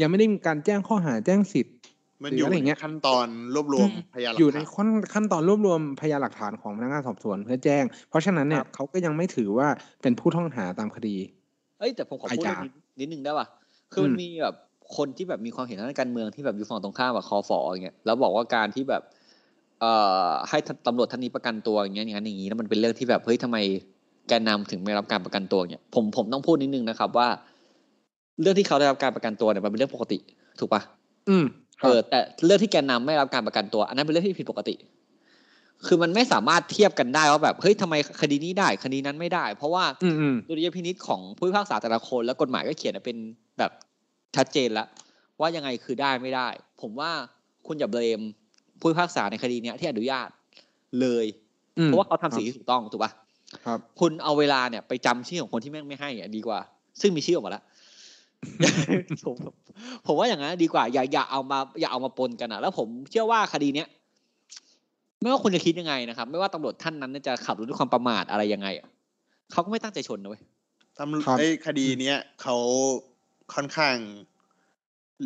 S3: ยังไม่ได้มีการแจ้งข้อหาแจ้งสิทธิ์
S5: มัน
S3: หรืออ
S5: อ
S3: ยู่อะไรอย่างเงี้
S5: ใน
S3: ย
S5: ขั้นตอนรวบรวมพยานหลัก
S3: อยู่ใน
S5: ฐาน
S3: ขั้นขั้นตอนรวบรวมพยานหลักฐานของพนักงานสอบสวนเพื่อแจ้ง เพราะฉะนั้นเนี่ยเขาก็ยังไม่ถือว่าเป็นผู้ต้องหาตามคดี
S4: เอ้ยแต่ผมขอพูด
S3: อาจารย์
S4: เรื่องนี้นิดนึงได้ป่ะคือมัน
S3: อืม
S4: มีแบบคนที่แบบมีความเห็นทางด้านการเมืองที่แบบอยู่ฝั่งตรงข้ามแบบคอฟออย่างเงี้ยแล้วบอกว่าการที่แบบ เอ่อให้ตำรวจท่านนี้ประกันตัวอย่างเงี้ยอย่างนั้นอย่างนี้แล้วมันเป็นเรื่องที่แบบเฮ้ยทำไมแกนนำถึงไม่รับการประกันตัวเนี่ยผมผมต้องพูดนิดนึงนะครับว่า เรื่องที่เขาได้รับการประกันตัวเนี่ยมันเป็นเรื่องปกติถูกป่ะ
S3: อืมค
S4: เอ
S3: รับ
S4: อแต่เรื่องที่แกนนำไม่รับการประกันตัว อันนั้นเป็นเรื่องที่ผิดปกติ คือมันไม่สามารถเทียบกันได้ว่าแบบเฮ้ยทำไมคดีนี้ได้ คดีนั้นไม่ได้ เพราะว่า
S3: อืมอืม
S4: ดุลยพินิษของผู้พิพากษาแต่ละคน และกฎหมายก็เขียนเป็นแบบชัดเจนแล้วว่ายังไงคือได้ไม่ได้ ผมว่าคุณอย่าเบรมผู้พิพากษาในคดีเนี้ยที่อนุญาตเลย
S3: อืม
S4: เพราะว่าเขาทำสิ่งที่ถูกต้องถูกปะ
S3: ครับ
S4: คุณเอาเวลาเนี่ยไปจำชื่อของคนที่แม่งไม่ให้อ่ะดีกว่า ซึ่งมีชื่อออกมาแล้ว *laughs* ผมผมว่าอย่างนั้นดีกว่า อย่าอย่าเอามา อย่าเอามาปนกันอ่ะ แล้วผมเชื่อว่าคดีเนี้ยไม่ว่าคุณจะคิดยังไงนะครับ ไม่ว่าตำรวจท่านนั้นเนี่ยจะขับรถด้วยความประมาทอะไรยังไงอ่ะเขาก็ไม่ตั้งใจชนนะเว้ย
S5: ตำรวจ
S3: ครับ
S5: ไอ้คดีเนี้ยเขาค่อนข้าง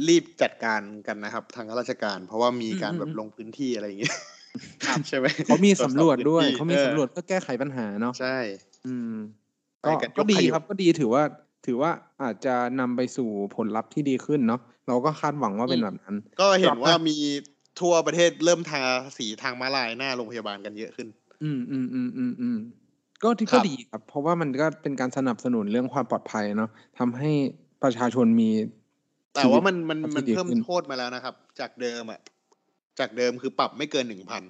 S5: รีบจัดการกันนะครับ ทางราชการ เพราะว่ามีการแบบลงพื้นที่อะไรอย่างเงี้ยใช่ไหม
S3: เขามีสำรวจด้วย
S5: ต
S3: เขามี
S5: ออ
S3: สำรวจเพื่อแก้ไขปัญหาเนาะ
S5: ใช่
S3: อืม
S5: ไป
S3: ก็
S5: กันยก
S3: ก็ดี
S5: ขยง
S3: ครับก็ดีถือว่า ถือว่าอาจจะนำไปสู่ผลลัพธ์ที่ดีขึ้นเนาะเราก็คาดหวังว่าเป็นแบบนั้น
S5: ก็เห็
S3: กลั
S5: น
S3: บมา
S5: ว่ามีทั่วประเทศเริ่มทาสีทางม้าลายหน้าโรงพยาบาลกันเยอะขึ้น
S3: อืมอืมอืมอืมอืมก็ที่ก็ดีครับ เพราะว่ามันก็เป็นการสนับสนุนเรื่องความปลอดภัยเนาะทำให้ประชาชนมี
S5: แต่
S3: ชีต
S5: ว่ามันมัน
S3: ที่
S5: มัน
S3: ดี
S5: เพิ่ม
S3: ขึ้
S5: โทษมาแล้วนะครับ จากเดิมอ่ะจากเดิมคือปรับไม่เกินหนึ่งพัน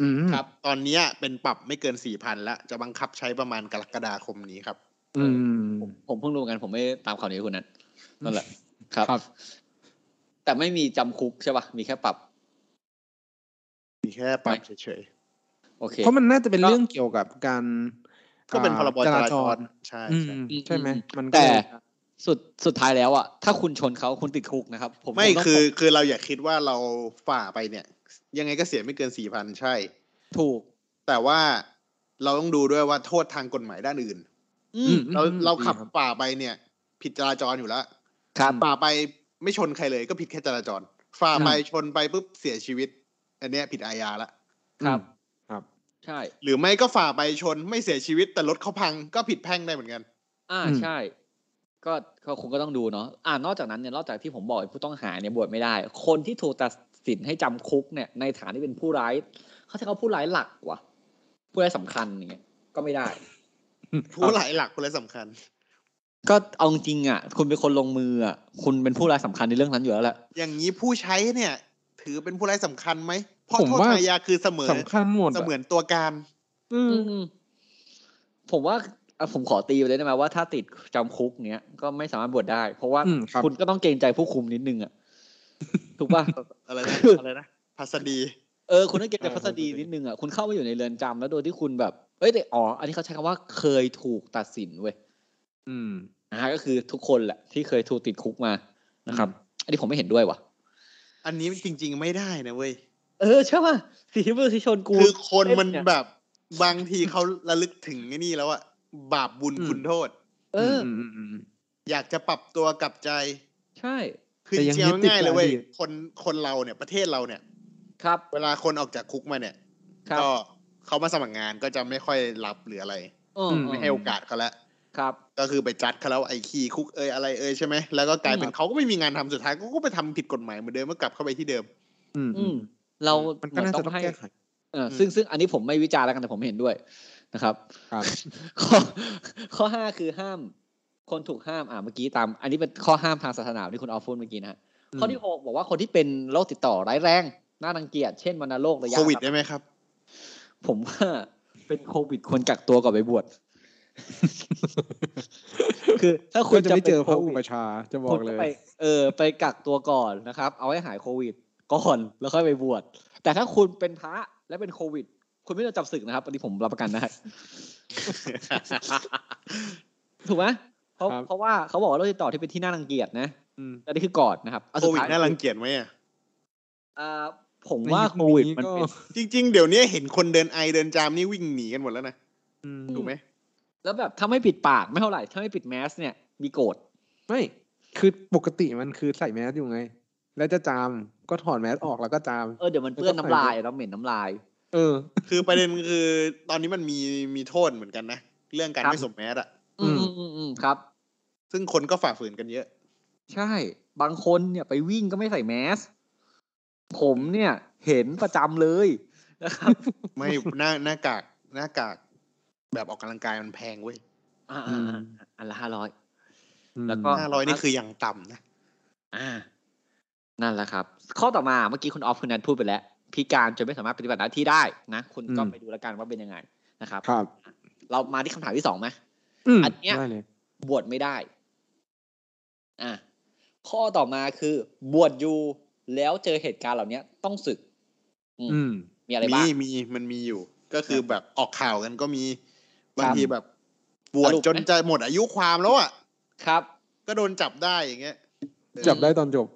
S3: อืม
S5: ตอนเนี้ยเป็นปรับไม่เกินสี่พันละจะบังคับใช้ประมาณกรกฎาคมนี้ครับ
S3: อืม
S4: ผมผมเพิ่งรู้เหมือนกัน ผมไม่ได้ตามข่าวนี้คุณนั้นนั่นแหละ ครับ
S3: ครับ
S4: แต่ไม่มีจำคุกใช่ป่ะมีแค่ปรับ
S5: มีแค่ปรับเฉย
S4: โอเค
S3: เพราะมันน่าจะเป็น
S4: ก็
S3: เรื่องเกี่ยวกับการ
S5: ก็เป็นพรบจ
S3: อ่าจ
S5: รา
S3: รา
S5: จ
S3: จ
S5: ร
S3: ร
S5: ใช่
S3: อืม
S5: ใช่
S3: ใช่ไหมมันก็
S4: แต่ สุดสุดท้ายแล้วอ่ะถ้าคุณชนเขาคุณติดคุกนะครับ ผม
S5: ไม่
S4: ต้อง
S5: คือคือเราอย่าคิดว่าเราฝ่าไปเนี่ย ยังไงก็เสียไม่เกินสี่พันใช่
S4: ถูก
S5: แต่ว่าเราต้องดูด้วยว่าโทษทางกฎหมายด้านอื่น
S4: อื
S3: อืม
S4: ม
S3: อืม
S5: เรา
S3: อืม
S5: เราขับ
S3: ดีค
S5: ฝ่าไปเนี่ย ผิดจราจรอยู่แล้ว
S4: ครับ
S5: ฝ่าไปไม่ชนใครเลยก็ผิดแค่จราจร ฝ่าไปชนไปปุ๊บเสียชีวิต อันเนี้ยผิดอาญาละ
S4: ครับ
S3: ครับ
S4: ใช่
S5: หรือไม่ก็ฝ่าไปชนไม่เสียชีวิตแต่รถเขาพังก็ผิดแพ่งได้เหมือนกัน
S4: อ่าใช่ ก็ก็คุณก็ต้องดูเนาะอ่านอกจากนั้นเนี่ยนอกจากที่ผมบอกไอ้ผู้ต้องหาเนี่ยบวชไม่ได้ คนที่ถูกตัดสินให้จำคุกเนี่ยในฐานที่เป็นผู้ร้ายเขาใช้คำว่าผู้ร้ายหลักว่ะผู้ร้ายสำคัญอย่างเงี้ยก็ไม่ได้
S5: ผู้หลายหลักคนละสำคัญ
S4: ก็เอาจริงๆอ่ะ คุณเป็นคนลงมืออ่ะคุณเป็นผู้ร้ายสำคัญในเรื่องนั้นอยู่แล้วแหละ
S5: อย่างนี้ผู้ใช้เนี่ย ถือเป็นผู้ร้ายสำคัญไหมเพราะ
S3: ผม
S5: โทษ
S3: ว่า
S5: ทางอาญาคือเสมอ
S3: สำคัญหมด
S5: เส
S3: อะ
S5: มือนตัวการ
S3: อืม
S4: อืมผมว่าอ่ะผมขอตีไปเลยได้ไหมว่าถ้าติดจำคุกเนี้ยก็ไม่สามารถบวชได้ เพราะว่า
S3: อืมครับ
S4: คุณก็ต้องเกรงใจผู้คุมนิดนึ *laughs* งอ่ะ ถูกป่ะ
S5: อะไรนะอะไรนะพัสดี
S4: เออคุณต้องเกรงใจพัสดีนิดนึงอ่ะคุณเข้ามาอยู่ในเรือนจำแล้วโดยที่คุณแบบเอ้ยแต่อ๋ออันนี้เขาใช้คำว่าเคยถูกตัดสินเว้ย
S3: อืม
S4: นะฮะก็คือทุกคนแหละที่เคยถูกติดคุกมานะครับ อันนี้ผมไม่เห็นด้วยว่ะ
S5: อันนี้จริง ๆ ไม่ได้นะเว้ย
S4: เออใช่ป่ะสิทธิมนุษยชนกู
S5: คือคนมัน
S4: เล่นเนี่ย
S5: แบบบางทีเขาระลึกถึงไอ้นี่แล้วอะบาปบุญ
S3: อืม
S5: คุณโทษ
S4: เอออ
S3: มมอืม
S5: อยากจะปรับตัวกลับใจ
S4: ใช่
S5: คือ
S3: แต่
S5: จ
S3: ยัง
S5: ริง
S3: ยึด
S5: ๆ
S3: ติด
S5: ง่ายๆเลยเว้ย
S3: กับอดีต
S5: คนคนเราเนี่ยประเทศเราเนี่ย
S4: ครับ
S5: เวลาคนออกจากคุกมาเนี่ย
S4: ครับ
S5: ก็เขามาสมัครงานก็จะไม่ค่อยรับหรืออะไร
S4: เออ
S3: ม
S5: ไม่ให้โอกาสเขาแล้ว
S4: ครับ
S5: ก็คือไปจัดเขาแล้วไอ้ขี้คุกเอยอะไรเอยใช่ไหมแล้วก็กลายเป็น
S4: อืม
S5: เขาก็ไม่มีงานทำสุดท้ายเขาก็ไปทำผิดกฎหมายเหมือนเดิมก็กลับเข้าไปที่เดิม
S3: อืม
S4: อืมเราม
S3: มันก็น่าจะต้อง
S4: ให้
S3: แก้ไข
S4: เอออ
S5: ม
S4: ซึ่งซึ่งอันนี้ผมไม่วิจารณ์แล้วกันแต่ผมเห็นด้วยนะครับ
S3: ครับ
S4: ข้อข้อห้าคือห้าม คนถูกห้ามอ่าเมื่อกี้ตาม อันนี้เป็นข้อห้ามทางศาสนาที่คุณออฟพูดเมื่อกี้นะฮะข้อที่หกบอกว่าคนที่เป็นโรคติดต่อร้ายแรงน่ารังเกียจเช่นวัณโรคระยะ
S5: โควิดได้ไหมครับ
S4: ผมว่าเป็นโควิดควรกักตัวก่อนไปบวช *laughs* คือถ้าคุ
S3: คุณ ณจะ
S4: จะ
S3: ไม่เจอพ
S4: ป็น
S3: ระ
S4: โค
S3: อุ
S4: วิด
S3: ปชฌาย์จะบอ
S4: คุ
S3: ก
S4: ณ
S3: เล
S4: ก็
S3: ย
S4: ไปเออไปกักตัวก่อนนะครับ เอาให้หายโควิดก่อนแล้วค่อยไปบวชแต่ถ้าคุณเป็นพระและเป็นโควิด คุณไม่ต้องจับศึกนะครับอันนี้ผมรับประกัน *laughs* ได้ ถูกไหมเพราะ
S3: ครับ
S4: เพราะว่าเขาบอกว่าโรคติดต่อที่เป็นที่น่ารังเกียจนะ
S3: อืม
S4: อันนี้คือก่อนนะครับอัน
S5: โค
S4: สุด
S5: วิด
S4: ท้าย
S5: น่ารังเกียจไหมอะ
S4: อ่าผมว่า
S3: ในยุคนี้
S4: โควิดมัน
S3: ก็
S4: เป็น
S5: จริง ๆ เดี๋ยวนี้เห็นคนเดินไอเดินจามนี่วิ่งหนีกันหมดแล้วนะ
S3: อืม
S5: ถูกไหม
S4: แล้วแบบถ้าไม่ปิดปากไม่เท่าไหร่ถ้าไม่ปิดแมสเนี่ย มีโกรธ
S3: ไม่ คือปกติมันคือใส่แมสอยู่ไง แล้วจะจามก็ถอดแมสออกแล้วก็จาม
S4: เออเดี๋ยวมันเปื้อนน้ำลายเราเหม็นน้ำลาย
S3: เออ
S5: คือประเด็นคือตอนนี้มันมีมีโทษเหมือนกันนะเรื่องการ
S4: ครับ
S5: ไม่สวมแมสอะ
S3: อื
S4: อืม
S3: ม
S4: อืมอืมครับ
S5: ซึ่งคนก็ฝ่าฝืนกันเยอะ
S4: ใช่ บางคนเนี่ยไปวิ่งก็ไม่ใส่แมส ผมเนี่ยเห็นประจำเลยนะครับ
S5: ไม่หน้าหน้ากากหน้ากาก แบบออกกำลังกายมันแพงเว้ย
S4: อ่า
S3: อืม
S4: อันละห้าร้อย
S3: อืม
S4: แล้วก็
S5: ห้าร้อยนี่คืออย่างต่ำนะ
S4: อ่า นั่นแหละครับ ข้อต่อมาเมื่อกี้คุณออฟคุณนันพูดไปแล้ว พิการจนไม่สามารถปฏิบัติหน้าที่ได้นะ คุณก็ไปดูแล้วกันว่าเป็นยังไงนะครับ
S3: ครับ
S4: เรามาที่คำถามที่สองไหม
S3: ม
S4: อันเนี้ย
S3: ได้เลย
S4: บวชไม่ได้ อ่ะข้อต่อมาคือ บวชอยู่แล้วเจอเหตุการณ์เหล่านี้ต้องศึก อืม
S3: อืม
S4: มีอะไร
S5: มี
S4: บ้าง
S5: มีมันมีอยู่ ก็คือแบบออกข่าวกันก็มีบา
S4: ครั
S5: ง
S4: บ
S5: ทีแบบบว
S4: ส
S5: ช
S4: รุป
S5: จน
S4: ไหม
S5: จะหมดอายุความแล้วอ่ะ
S4: ครับ
S5: ก็โดนจับได้อย่างเงี้ยเออ
S3: จับได้ตอนจบ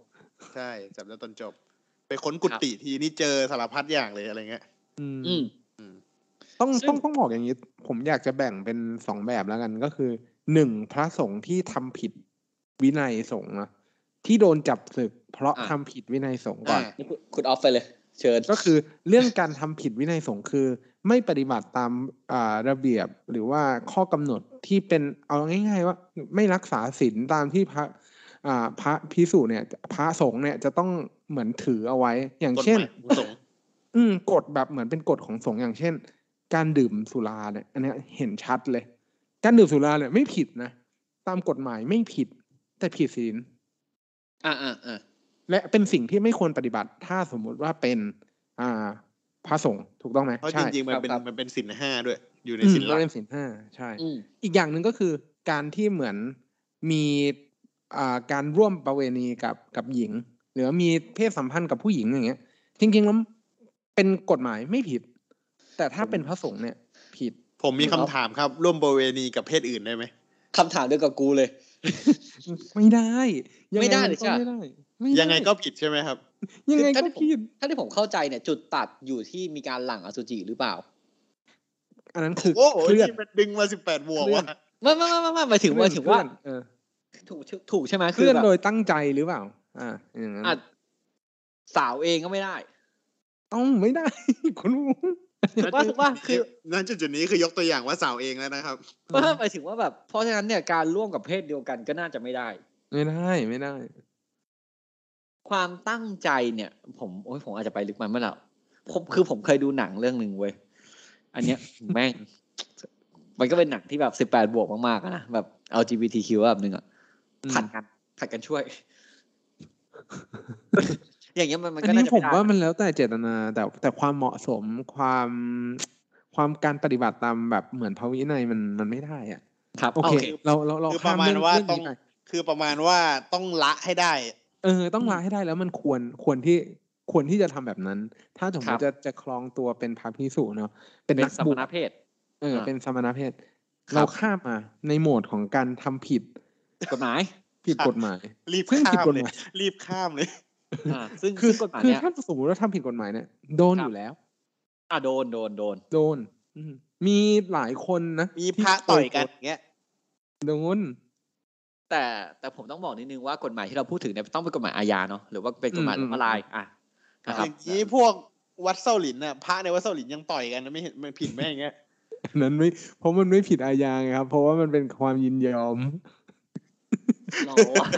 S5: ใช่จับได้ตอนจบ ไปค้นกุฏิทีนี่เจอสารพัดอย่างเลยอะไรเงี้ย
S3: อืม
S4: อืม
S3: ต้อง
S4: ซึ่ง
S3: ต้องต้องบอกอย่างนี้ ผมอยากจะแบ่งเป็นสองแบบแล้วกันก็คือหนึ่งพระสงฆ์ที่ทำผิดวินัยสงฆ์นะที่โดนจับศึก เพราะ
S4: อ่ะ
S3: ทำผิดวินัยสงฆ์ก่อน
S5: อ่ะ
S4: นี่คุณคุณออฟไปเลย เชิญ
S3: ก็คือเรื่องการทำผิดวินัยสงฆ์คือ ไม่ปฏิบัติตามอ่าระเบียบหรือว่าข้อกำหนดที่เป็นเอาง่ายๆว่า ไม่รักษาศีลตามที่พระอ่าพระพิสุเนี่ย พระสงฆ์เนี่ยจะต้องเหมือนถือเอาไว้ อย่าง
S5: กฎ
S3: เช่
S5: ห
S3: น
S5: มายของสงฆ์
S3: อืมกฎแบบเหมือนเป็นกฎของสงฆ์อย่างเช่น การดื่มสุราเนี่ย อันเนี้ยเห็นชัดเลย การดื่มสุราเนี่ยไม่ผิดนะ ตามกฎหมายไม่ผิด แต่ผิดศีล
S4: อ่าอ่าอ่า
S3: และเป็นสิ่งที่ไม่ควรปฏิบัติ ถ้าสมมุติว่าเป็น อ่าพระสงฆ์ถูกต้องไหม
S5: เพราะจ
S3: ใช่
S5: ริงๆมันเป็น
S3: คบ
S5: มันเป็นสินห้าด้วย อยู่ใน
S3: อืม
S5: สินหลัก
S3: เป็นศีลห้าใช่
S4: อืม
S3: อีกอย่างหนึ่งก็คือการที่เหมือนมีอ่าการร่วมประเวณีกับกับหญิง หรือมีเพศสัมพันธ์กับผู้หญิงอย่างเงี้ย จริงๆแล้วเป็นกฎหมายไม่ผิด แต่ถ้าเป็นพระสงฆ์เนี่ย ผิด
S5: ผมมีคำถามครับ ร่วมประเวณีกับเพศอื่นได้ไหม
S4: คำถามเดียวกับกูเลย
S3: ไม่ได้ยัง
S4: ไม่ได้
S3: ง
S4: เลย
S3: ก็
S4: จ้ะ
S3: ไม่ได้ไม่ได้
S5: ยังไงก็ผิดใช่ไหมครับ
S3: ยังไง
S4: คือ
S3: ก็
S4: ถ้าที่ผม
S3: ผิด
S4: ถ้าที่ผมเข้าใจเนี่ย จุดตัดอยู่ที่มีการหลั่งอสุจิหรือเปล่า
S3: อันนั้นคือ
S5: โอ้โห
S3: เคลื่อน
S5: นี่มันดึงมาสิบแปดบวก
S3: เคลื่อ
S5: ว่ะ
S3: น
S4: ไม่ไม่ไม่ไม่ไม่หมายถึงหมายถึงว่า
S3: เคลื่อนเออ
S4: ถูกถูกใช่ไหม
S3: เค
S4: คื
S3: ลื่
S4: อ
S3: อน
S4: แบบ
S3: โดยตั้งใจหรือเปล่า อ่าอย่างนั้น
S4: อ่ะสาวเองก็ไม่ได้
S3: เอ้าไม่ได้ *laughs* คุณลุง
S4: ว่าว่าคือ
S5: นั่นจุดจุดนี้คือยกตัวอย่างว่าสาวเองแล้วนะครับ
S4: ไม่ไม่หมายถึงว่าแบบเพราะฉะนั้นเนี่ยการร่วมกับเพศเดียวกันก็น่าจะไม่ได้
S3: ไม่ได้ไม่ได้
S4: ความตั้งใจเนี่ย ผมโอ้ยผมอาจจะไปลึกมันเมื่อไหร่ผมคือผมเคยดูหนังเรื่องหนึ่งเว้ยอันเนี้ย *laughs* แม่ง มันก็เป็นหนังที่แบบสิบแปดบวกมากๆอะนะแบบ LGBTQ แบบหนึ่งอ่ะ
S3: อืม
S4: ผัดกันผัดกัน
S3: *laughs*
S4: ช่วย อย่างเงี้ยมันมัน
S3: อัน
S4: ก็น่า
S3: นี้
S4: จะ
S3: ผม
S4: ไได้
S3: ว่ามันแล้วแต่เจตนา แต่แต่ความเหมาะสมความความการปฏิบัติตามแบบเหมือนพระวินัยมันมันไม่ได้อ่ะ
S4: ครับ
S3: โอ
S4: โอ
S3: เค
S4: เค
S3: เราเราเรา
S5: คือป
S3: ข้
S5: ระ
S3: ม
S5: มาณ
S3: เรื่อง
S5: ว่า
S3: เรื่อง
S5: ต้อง
S3: นี้ไป
S5: คือประมาณว่าต้องละให้ได้
S3: เออต้องลาให้ได้แล้วมันควรควรที่ควรที่จะทำแบบนั้น ถ้าสมม
S4: ครั
S3: ติ
S4: บ
S3: จะจะคลองตัวเป็นพระพิสุเนาะเป็น
S4: เป็
S3: นั
S4: น
S3: ก
S4: สม
S3: บุญ
S4: ณเพศ
S3: เออ
S4: อ่ะ
S3: เป็นสมณเพศ
S4: ครับ
S3: เราข้ามมาในโหมดของการทำผิด
S4: กฎหมาย
S3: ผิด
S5: ครับ
S3: กฎหมาย
S5: รีบ
S3: ซึ่งผิด
S5: ข้าม
S3: กฎ
S5: เล
S3: ห
S5: ย
S3: มาย
S5: รีบข้ามเลย
S4: อ่าซึ่ง
S3: คือ
S4: ซึ่งกฎหมาย
S3: คือ
S4: เนี่ย
S3: ถ้าสมมติว่าทำผิดกฎหมายเนี่ยโดน
S4: ครับ
S3: อยู่แล้ว
S4: อ่ะโดนโดนโดน
S3: โดนอืมมีหลายคนนะ
S5: มี
S3: ที่
S5: พระต่อยกันอย่างเงี้ย
S3: โดน
S4: แต่แต่ผมต้องบอกนิดนึงว่ากฎหมายที่เราพูดถึงเนี่ยต้องเป็นกฎหมายอาญาเนาะหรือว่าเป็นกฎหมาย
S3: อืม
S4: ละลายอ่ะนะค
S5: อ
S4: รับ
S5: ย่างนี้พวกวัดเส้าหลินน่ะพระในวัดเส้าหลินยังต่อยกันนะไม่เห็นมันผิดไหมอย่างเงี้ย
S3: อันนั้นไม่เพราะมันไม่ผิดอาญาไงครับ เพราะว่ามันเป็นความยินยอม
S4: เรา *laughs* ว่า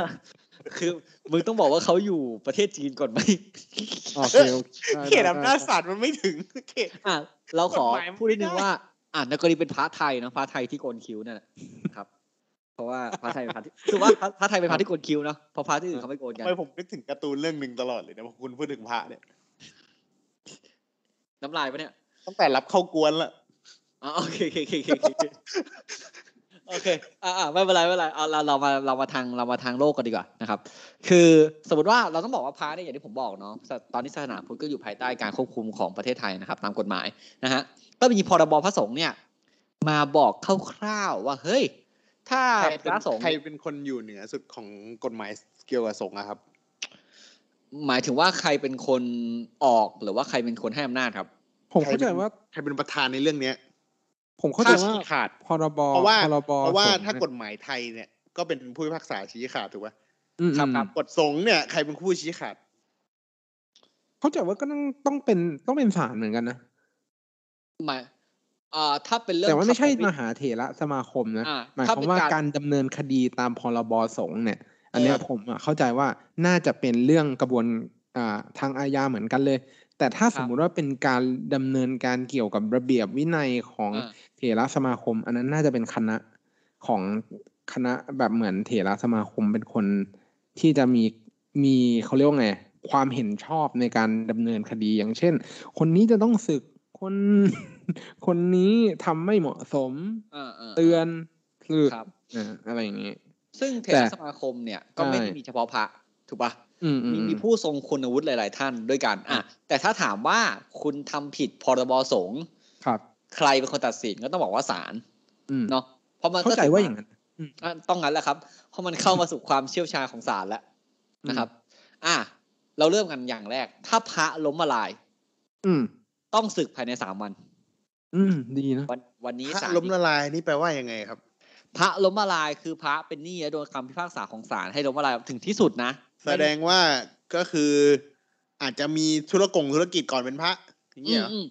S4: คือมึงต้องบอกว่าเขาอยู่ประเทศจีนก่อนไหม *laughs*
S3: โอเคโอเคได้
S5: เขตอำนาจ
S3: ได้
S5: ศาลมันไม่ถึง *laughs* เขต
S4: อ่ะเราขอก
S5: ฎหมายมัน
S4: พูดนิดนึง
S5: ไม่ได้
S4: ว่า อ่านกรณีเป็นพระไทยเนาะพระไทยที่โกนคิ้วนั่นแหละครับ เพราะว่าพระไทยเป็นพระที่ *laughs* คือว่าพระพระไทยเป็นพระที่โกนคิ้วเนาะเพราะพระที่อื่นเขาไม่โกน
S5: ทำ
S4: กัน
S5: ไมผมนึกถึงการ์ตูนเรื่องหนึ่งตลอดเลยนะพอคุณพูดถึงพระเนี่ย
S4: น้ำลายปะเนี่ย
S5: ตั้งแต่รับเข้ากวนละ
S4: อ๋อโอเคโอเคโอเคโอเคโอเคอ่าไม่เป็นไรไม่เป็นไรเอาเราเรามาเรามาทางเรามาทางโลกกันดีกว่านะครับ คือสมมติว่าเราต้องบอกว่าพระเนี่ยอย่างที่ผมบอกเนาะตอนนี้ศาสนาพุทธก็อยู่ภายใต้การควบคุมของประเทศไทยนะครับ ตามกฎหมายนะฮะก็มีพรบพระสงฆ์เนี่ยมาบอกคร่าวๆว่าเฮ้ย ถ้า
S5: ใครเป็
S4: พ
S5: น
S4: ระสงฆ์
S5: ใครเป็นคนอยู่เหนือสุดของกฎหมายเกี่ยวกับสงฆ์อะครับ
S4: หมายถึงว่าใครเป็นคนออกหรือว่าใครเป็นคนให้อำนาจครับ
S3: ผมเข้าใจว่า
S5: ใครเป็นประธานในเรื่องเนี้ย
S3: ผมเข้าใจ
S5: ถ้า
S3: ว่า
S5: ชี้ขาด
S3: พรบ
S5: เพราะว่า
S3: พรบ
S5: เพราะว่า
S3: สงฆ์
S5: ถ้ากฎหมายไทยเนี่ยก็เป็นผู้พิพากษาชี้ขาดถูกไหม
S3: อืม
S5: กฎสงฆ์เนี่ยใครเป็นผู้ชี้ขาด
S3: เข้าใจว่าก็ต้องต้องเป็นต้องเป็นศาลเหมือนกันนะ
S4: หมายอ่าถ้าเป็นเรื่อง
S3: แต่ว่าไม่ใช่
S4: ขับ
S3: ม
S4: วิ
S3: หาเถระสมาคมนะ
S4: อ่า
S3: หมาย
S4: ถ้าว
S3: คาม
S4: เป็น
S3: ว่า
S4: การ
S3: การดำเนินคดีตามพรบสงฆ์เนี่ย อันเนี้ยผมอะเข้าใจว่าน่าจะเป็นเรื่องกระบวนอ่าทางอาญาเหมือนกันเลย แต่ถ้าสมมุติว่าเป็นการดำเนินการเกี่ยวกับระเบียบวินัยของ
S4: อ่า
S3: เถระสมาคม อันนั้นน่าจะเป็นคณะของคณะแบบเหมือนเถระสมาคมเป็นคนที่จะมีมีเขาเรียกว่าไง ความเห็นชอบในการดำเนินคดีอย่างเช่น คนนี้จะต้องศึก *laughs* คน คนนี้ทำไม่เหมาะสม
S4: อ่าอ่า
S3: เตือนคือ
S4: ครับ
S3: อ่าอะไรอย่างนี้
S4: ซึ่งเท
S3: แต่
S4: ศสมาคมเนี่ยก็ไม่ได้
S3: ใช่
S4: มีเฉพาะพระถูกปะ
S3: อืมอื
S4: มี
S3: ม
S4: มีผู้ทรงคุณวุฒิหลาย ๆ ท่านด้วยกันอ่ะแต่ถ้าถามว่าคุณทำผิดพรบสงฆ์
S3: ครับ
S4: ใครเป็นคนตัดสินก็ต้องบอกว่าศาล
S3: อืม
S4: เนาะเพราะมันก็
S3: เข้าใจว่าอย่างนั้น
S4: อ่ะต้องงั้นแหละครับ เพราะมันเข้ามาสู่ความเชี่ยวชาญของศาลแล้วนะครับ อ่ะเราเริ่มกันอย่างแรก ถ้าพระล้มละลาย
S3: อืม
S4: ต้องศึกภายในสามวัน
S3: อืม ดีนะ
S4: วันวันนี้
S5: พระ
S4: ศาล
S5: ล้มละลายนี่แปลว่ายังไงครับ
S4: พระล้มละลายคือพระเป็นหนี้และโดนคำพิพากษาของศาลให้ล้มละลายถึงที่สุดนะ
S5: แสดงว่าก็คืออาจจะมีธุรกงธุรกิจก่อนเป็นพระอย่าง
S4: อื
S5: เงี้ย
S4: ม
S5: เหรอ
S4: อืม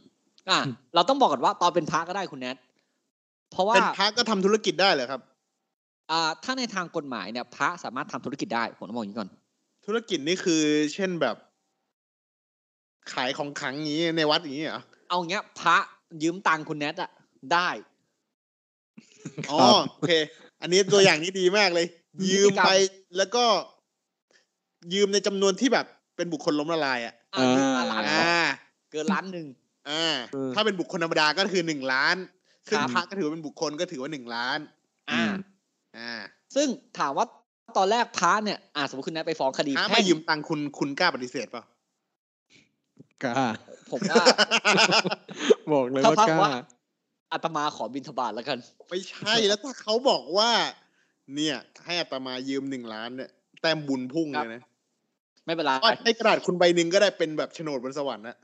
S4: อ่ะเราต้องบอกก่อนว่าตอนเป็นพระก็ได้คุณแนทเพราะว่า
S5: เป็นพระก็ทำธุรกิจได้เหรอครับ
S4: อ่าถ้าในทางกฎหมายเนี่ยพระสามารถทำธุรกิจได้ผมต้องบอกอย่างนี้ก่อน
S5: ธุรกิจนี่คือเช่นแบบ ขายของขลังอย่างนี้ในวัดอย่างนี้เหรอ
S4: เอาเงี้ยพระยืมตังค์คุณแนทอะได้
S5: อ๋อโอเค อันนี้ตัวอย่างนี้ดีมากเลย ยืมไปแล้วก็ ยืมในจำนวนที่แบบเป็นบุคคลล้มละลายอ่ะ
S4: อ่ะยืมมาล้าน
S5: อ่า
S4: เกินล้านหนึ่ง
S5: อ่า
S3: เออ
S5: ถ้าเป็นบุคคลธรรมดาก็คือหนึ่งล้าน ซึ่ง
S4: ครับ
S5: พระก็ถือว่าเป็นบุคคลก็ถือว่าหนึ่งล้าน
S4: อ่า
S3: อืม
S5: อ่า
S4: ซึ่งถามว่าตอนแรกพระเนี่ยอ่าสมมติคุณแนทไปฟ้องคดี
S5: ถ้า
S4: แพ่
S5: มาง ยืมตังค์คุณคุณกล้าปฏิเสธเปล่า
S3: กล้า
S4: ผมว่า
S3: บอกเลย
S4: ถ้า
S3: ว่า
S4: พัก
S3: กล้า
S4: ว่าอาตมาขอบินทบาทแล้วกัน
S5: ไม่ใช่แล้วถ้าเขาบอกว่า เนี่ย ให้อาตมายืมหนึ่งล้านเนี่ยแต้มบุญพุ่งเลยนะ
S4: ไม่เป็นไร
S5: อ้อยให้กระดาษคุณใบหนึ่งก็ได้เป็นแบบโฉนดบนสวรรค์นะ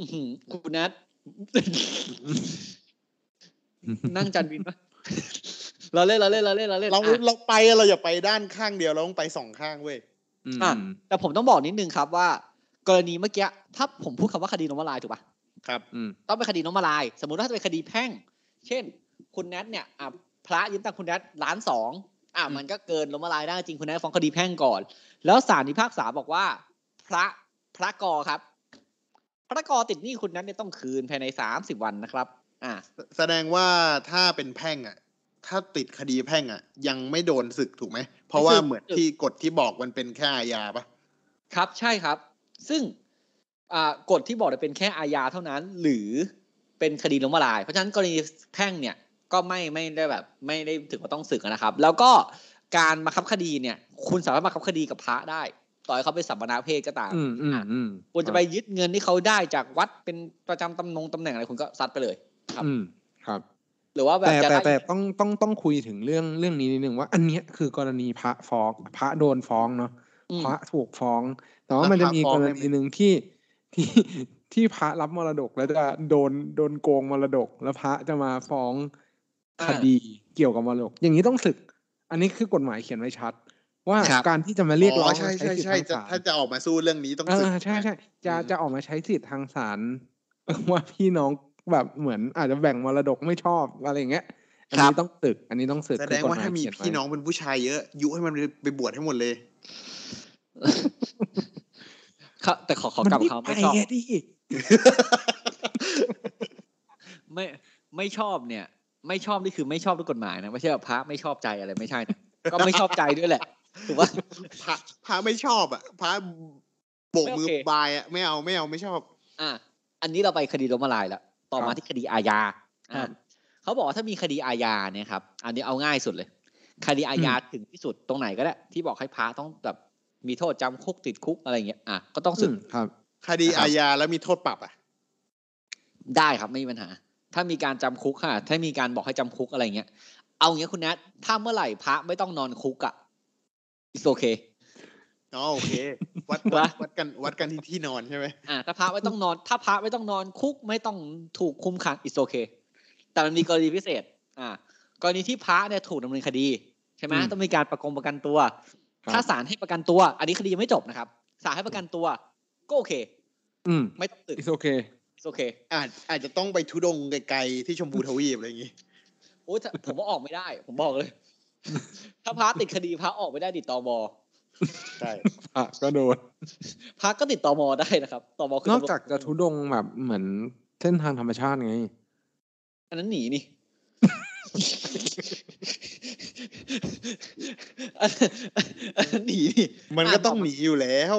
S4: อื้อหือคุณนัท *laughs* นั่งจันบินปะ *laughs* เราเล่นเราเล่นเราเล่นเราเล่น
S5: เรา
S4: อ่ะ
S5: เราไปเราอย่าไปด้านข้างเดียวเราต้องไปสองข้างเว้ย
S3: อืม
S4: อ่ะแต่ผมต้องบอกนิดนึงครับว่า กรณีเมื่อกี้ถ้าผมพูดคำว่าคดีล้มละลายถูกปะ
S5: ครับ
S3: อืม
S4: ต้องเป็นคดีล้มละลาย สมมุติว่าถ้าเป็นคดีแพ่ง เช่น คุณแนทเนี่ยอ่ะพระยืมตังค์คุณแนทล้านสองอ่ะ
S3: อืม
S4: มันก็เกินล้มละลายได้จริงคุณแนทฟ้องคดีแพ่งก่อน แล้วศาลพิพากษาบอกว่า พระพระกอครับ พระกอติดหนี้คุณแนทเนี่ยต้องคืนภายในสามสิบวันนะครับ อ่ะ
S5: แสดงว่าถ้าเป็นแพ่งอ่ะ ถ้าติดคดีแพ่งอ่ะ ยังไม่โดนศึกถูกไหม เพราะว่าเหมือนที่กฎที่บอกมันเป็นแค่อาญาปะ
S4: ครับใช่ครับ ซึ่งอ่ากฎที่บอกเนี่ยเป็นแค่อาญาเท่านั้น หรือเป็นคดีล้มละลาย เพราะฉะนั้นกรณีแพ่งเนี่ยก็ไม่ไม่ได้แบบ ไม่ได้ถึงกับต้องสึกนะครับ แล้วก็การบังคับคดีเนี่ย คุณสามารถบังคับคดีกับพระได้ ต่อให้เขาเป็นสัมมนาเพศก็ตาม
S3: อืมอืมอืม
S4: คุณจะไปยึดเงินที่เขาได้จากวัดเป็นประจำตำแหนงตำแหน่งอะไรคุณก็ซัดไปเลย ครับ
S3: อืมครับ
S4: หรือว่าแบบ
S3: แต่
S4: จะ
S3: แต่
S4: ไล่
S3: แต่ต้องต้องต้องคุยถึงเรื่องเรื่องนี้นิดนึงว่า อันเนี้ยคือกรณีพระฟ้องพระโดนฟ้องเนาะ
S4: อืม
S3: พระถูกฟ้อง แต่ว่ามันจะมีกรณีหนึ่งที่ที่ที่พระรับมรดกแล้วจะโดนโดนโกงมรดก แล้วพระจะมาฟ้องคดีเกี่ยวกับมรดก อย่างนี้ต้องศึก อันนี้คือกฎหมายเขียนไว้ชัด ว่า
S1: ครับ
S3: การที่จะมาเรียกร้อง
S5: ใช่ใช่
S3: ห้
S5: ใช่
S3: สิท
S5: จะ
S3: ธิ์ทางศาล
S5: ถ้าจะออกมาสู้เรื่องนี้ต้อง
S3: เอ
S5: ศึก
S3: อใช่ใช่จะ
S5: อืม
S3: จะออกมาใช้สิทธิ์ทางศาล *laughs* ว่าพี่น้องแบบเหมือนอาจจะแบ่งมรดกไม่ชอบอะไรอย่างเงี้ยอันนี้ต้องตึก อันนี้ต้องสึก
S5: แสดงว่าถ้ามี
S3: คืกฎหยเขีย
S5: พี่
S3: ไว้
S5: น้องเป็นผู้ชายเยอะ ยุให้มันไปบวชให้หมดเลย
S4: ครับแต่ขอขอกลับ
S3: มัน
S4: เขา
S3: ไม่
S4: ไม่ชอบ
S3: ไปอะดิ
S4: ไม่ไม่ชอบเนี่ย ไม่ชอบนี่คือไม่ชอบด้วยกฎหมายนะไม่ใช่แบบพระไม่ชอบใจอะไรไม่ใช่นะก็ไม่ชอบใจด้วยแหละถูกปะ
S5: พระพระไม่ชอบอ่ะพระโบกมือ
S4: ไม่โอเค
S5: บายอ่ะไม่เอาไม่เอาไม่ชอบ
S4: อ่ะอันนี้เราไปคดีล้มละลายแล้วต่อมาที่คดีอาญาอ่ะเขาบอกว่าถ้ามีคดีอาญาเนี่ยครับอันนี้เอาง่ายสุดเลย คดีอาญาถึงที่สุดตรงไหนก็ได้ที่บอกให้พระต้องแบบมีโทษจำคุกติดคุกอะไรอย่างเงี้ยอ่ะก็ต้องสึ
S3: อื
S4: ก
S3: มครับ
S5: คดี
S4: นะครับ
S5: อาญาแล้วมีโทษปรับอ่ะ
S4: ได้ครับไม่มีปัญหา ถ้ามีการจำคุกค่ะ ถ้ามีการบอกให้จำคุกอะไรเงี้ย เอาเงี้ยคุณแนทถ้าเมื่อไหร่พระไม่ต้องนอนคุกอะ่ะ it's okay
S5: อ๋อโอเค วัดวัด
S4: วะ
S5: วัดกันวัดกันที่ที่นอนใช่ไหม
S4: อ่าถ้าพระไม่ต้องนอน ถ้าพระไม่ต้องนอนคุกไม่ต้องถูกคุมขัง it's okay แต่มันมีกรณีพิเศษ อ่ากรณีที่พระเนี่ยถูกดำเนินคดีใช่ไหม
S3: อืม
S4: ต้องมีการประกงประกันตัว
S3: ครับ
S4: ถ้าศาลให้ประกันตัว อันนี้คดียังไม่จบนะครับศาลให้ประกันตัว ก็โอเค
S3: อืม
S4: ไม่ต้องตึก
S3: it's okay
S4: it's okay
S5: อาจอาจจะต้องไปทุดงค์ไกลๆที่ชมพูทวีปอะไรอย่างงี้
S4: โอ้ยถ้าผมว่าออกไม่ได้ ผมบอกเลย *laughs* ถ้าพระติดคดีพระออกไม่ได้ติดตอมอ
S5: ใช่
S3: พระก็โด
S5: *laughs*
S3: น
S4: พักก็ติดตอมอได้นะครับตอมอคือน ตำร
S3: อก
S4: วจ
S3: จากจะทุดงแบบเหมือนเส้นทางธรรมชาติไง
S4: อันนั้นหนีนี่ อันอันนั้นหนีนี่
S5: มันก็ต้องหนีอยู่แล้ว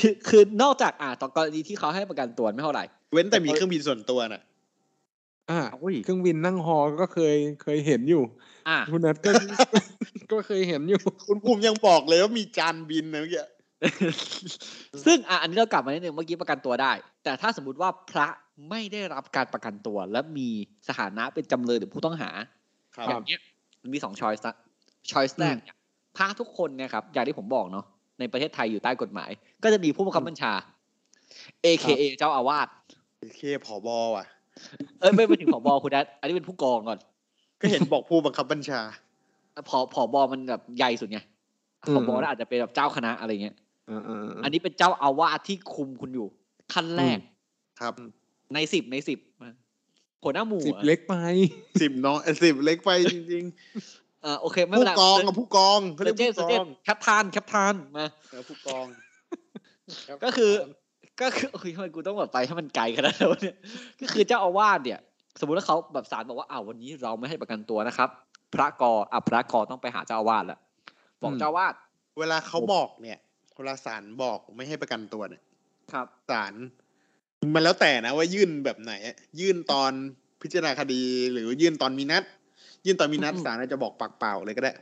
S4: คือคือนอกจากอ่าต่อกรณีที่เขาให้ประกันตัวไม่เท่าไหร่
S5: เว้นแต่มีเครื่องบินส่วนตัวน่ะ
S3: อ่าเครื่องบินนั่งฮอก็เคยเคยเห็นอยู่
S4: อ่า
S3: คุณนัทก็ *laughs* ก็เคยเห็นอยู่
S5: คุณภูมิยังบอกเลยว่ามีจานบินนะเมื่อกี้
S4: ซึ่งอ่ะอันนี้เรากลับมานิดนึงเมื่อกี้ประกันตัวได้ แต่ถ้าสมมติว่าพระไม่ได้รับการประกันตัว และมีสถานะเป็นจำเลยหรือผู้ต้องหา
S5: ครับ
S4: อย่างเงี้ยมันมีสองช้อยส์ช้อยส์แรกเนี่ยพระทุกคนเนี่ยครับ อย่างที่ผมบอกเนาะในประเทศไทยอยู่ใต้กฎหมาย ก็จะมีผู้บังคับบัญชา AKA เจ้าอาวาส
S5: โอเคผอบอว่ะ
S4: เอ้ยไม่ไปถึงผบคุณนัทอันนี้เป็นผู้กองก่อน
S5: ก็เห็นบอก *laughs* ผู้บังคับบัญชา
S4: ผอผบมันแบบใหญ่สุดไง
S3: อืม
S4: ผบน่าอาจจะเป็นแบบเจ้าคณะอะไรเงี้ย
S3: อ่าๆๆ
S4: อันนี้เป็นเจ้าอาวาสที่คุมคุณอยู่ ขั้นแรก
S3: อื
S5: ครับ
S4: ในสิบในสิบหัวหน้าหมู่
S3: สิบ
S4: อะ
S3: เล็กไป
S5: สิบน้องเอ่อ *laughs* สิบเล็กไปจริง
S4: เอ่อโอเค
S5: ๆ
S4: ไม่
S5: ผู้
S4: เป็นไร
S5: กองกับผู้กองเขา
S4: เซ
S5: เรีย
S4: อก ร์เจนเซอก ร์เจ
S5: ผู้อน ง
S4: แคปทานแคปทานมา
S5: เออผู้กองรับ
S4: ก็คือก็คือโอ้ยทำไมกูต้องแบบไปให้มันไกลขนาดนั้นวะเนี่ยก็คือเจ้าอาวาสเนี่ย สมมุติว่าเขาแบบศาลบอกว่าอ้าววันนี้เราไม่ให้ประกันตัวนะครับ พระกออ่ะพระกอต้องไปหาเจ้าอาวาสแล้วบอก
S3: อืม
S4: เจ้าอาวาส
S5: เวลาเขาบอกเนี่ยเวลาศาลบอกไม่ให้ประกันตัวเนี่ย
S4: ครับ
S5: ศาลมันแล้วแต่นะว่ายื่นแบบไหน ยื่นตอนพิจารณาคดีหรือยื่นตอนมีนัด ยื่นตอนมีนัด
S4: อืม
S5: ศาลอาจจะบอกปากเปล่าเลยก็ได้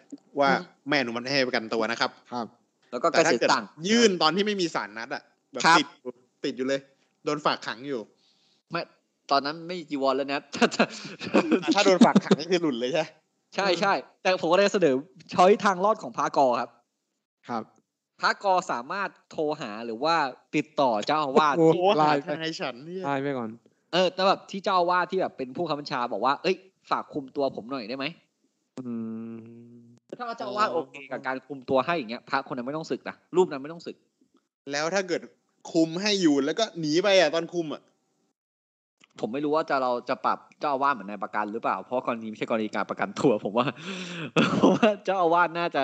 S5: ว่า
S4: อืม
S5: แม่หนูมันให้ประกันตัวนะครับ
S3: ครับ
S4: แล้วก็ก
S5: แต่
S4: ระ
S5: ถ้า
S4: เสีย
S5: เกิด
S4: ต่าง
S5: ยื่นตอนที่ไม่มีสารนัดอะแบบ
S4: ครับ
S5: ติดอยู่ติดอยู่เลย โดนฝากขังอยู่
S4: ไม่ตอนนั้นไม่มีจีวรแล้วนะ
S5: *laughs* ถ้าโดนฝากขังก็คือหลุดเลยใช่ไหม
S4: ใช่ใช่แต่ผมก็เลยเสนอช้อยทางรอดของพระกอครับ
S3: ครับ
S4: พระกอสามารถโทรหาหรือว่าติดต่อเจ้าอาวาส
S3: โอ้
S5: โอ้
S3: ลา
S5: หาย ทนายฉันเนี่ย
S3: ได้ไปก่อน
S4: เออแต่แบบที่เจ้าอาวาสที่แบบเป็นผู้ค้ำบัญชาบอกว่าเอ้ยฝากคุมตัวผมหน่อยได้ไหม
S3: อืม
S4: ถ้าเจ้าอาวาสโอเคกับการคุมตัวให้อย่างเงี้ยพระคนนั้นไม่ต้องศึกนะรูปนั้นไม่ต้องศึก
S5: แล้วถ้าเกิดคุมให้อยู่แล้วก็หนีไปอ่ะตอนคุมอ่ะ
S4: ผมไม่รู้ว่าจะเราจะปรับเจ้าอาวาสเหมือนนายประกันหรือเปล่า เพราะกรณีไม่ใช่กรณีการประกันตัว ผมว่า *laughs* ผมว่าเจ้าอาวาสน่าจะ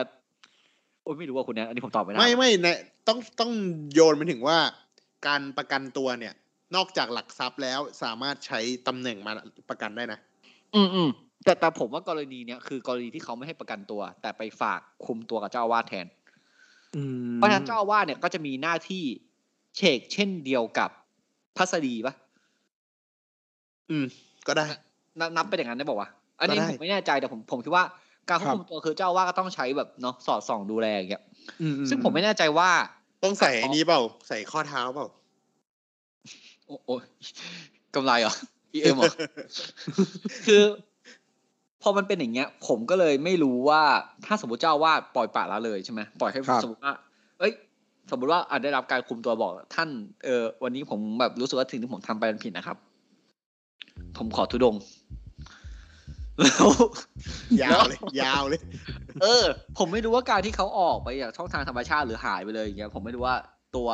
S4: โอ้ยไม่รู้ว่าคุณเนี่ยอันนี้ผมตอบไม่ได้
S5: ไม่ไม่ในต้องต้องโยนไปถึงว่า การประกันตัวเนี่ย นอกจากหลักทรัพย์แล้วสามารถใช้ตำแหน่งมาประกันได้นะ
S4: อืมอืมแต่แต่ผมว่ากรณีเนี้ยคือกรณีที่เขาไม่ให้ประกันตัว แต่ไปฝากคุมตัวกับเจ้าอาวาสแทน
S3: อืม
S4: เพราะฉะนั้นเจ้าอาวาสเนี่ยก็จะมีหน้าที่เชกเช่นเดียวกับพัสดีปะ
S5: อืม ก็ได้
S4: นับนับเป็นอย่างนั้นได้บอกว่าวะอันนี้
S5: ก็ได้
S4: ผมไม่แน่ใจแต่ผมผมคิดว่าการควบคุมตัวคือเจ้าอาวาสก็ต้องใช้แบบเนาะสอดส่องดูแลอย่างเงี้ย
S3: อือื
S4: ซึ่งผมไม่แน่ใจว่า
S5: ต้องใส่ไอ้นี้เปล่า ใส่ข้อเท้าเปล่า
S4: โอ้โอ้ยกำไรเหรอ *laughs* EM เอ็มหรอ คือ พอมันเป็นอย่างเงี้ย ผมก็เลยไม่รู้ว่าถ้าสมมติเจ้าอาวาดปล่อยปละละเลยใช่ไหมปล่อยให้สมมติว่าเอ้ย สมมติว่าอาจได้รับการคุมตัวบอก ท่านเออวันนี้ผมแบบรู้สึกว่าสิ่งที่ผมทำไปมันผิดนะครับ ผมขอทุดงค์ *laughs* แล้ว
S5: *laughs* ยาวเลย ยาวเลย
S4: เออ ผมไม่รู้ว่าการที่เขาออกไปอย่างช่องทางธรรมชาติหรือหายไปเลยอย่างเงี้ยผมไม่รู้ว่าตัว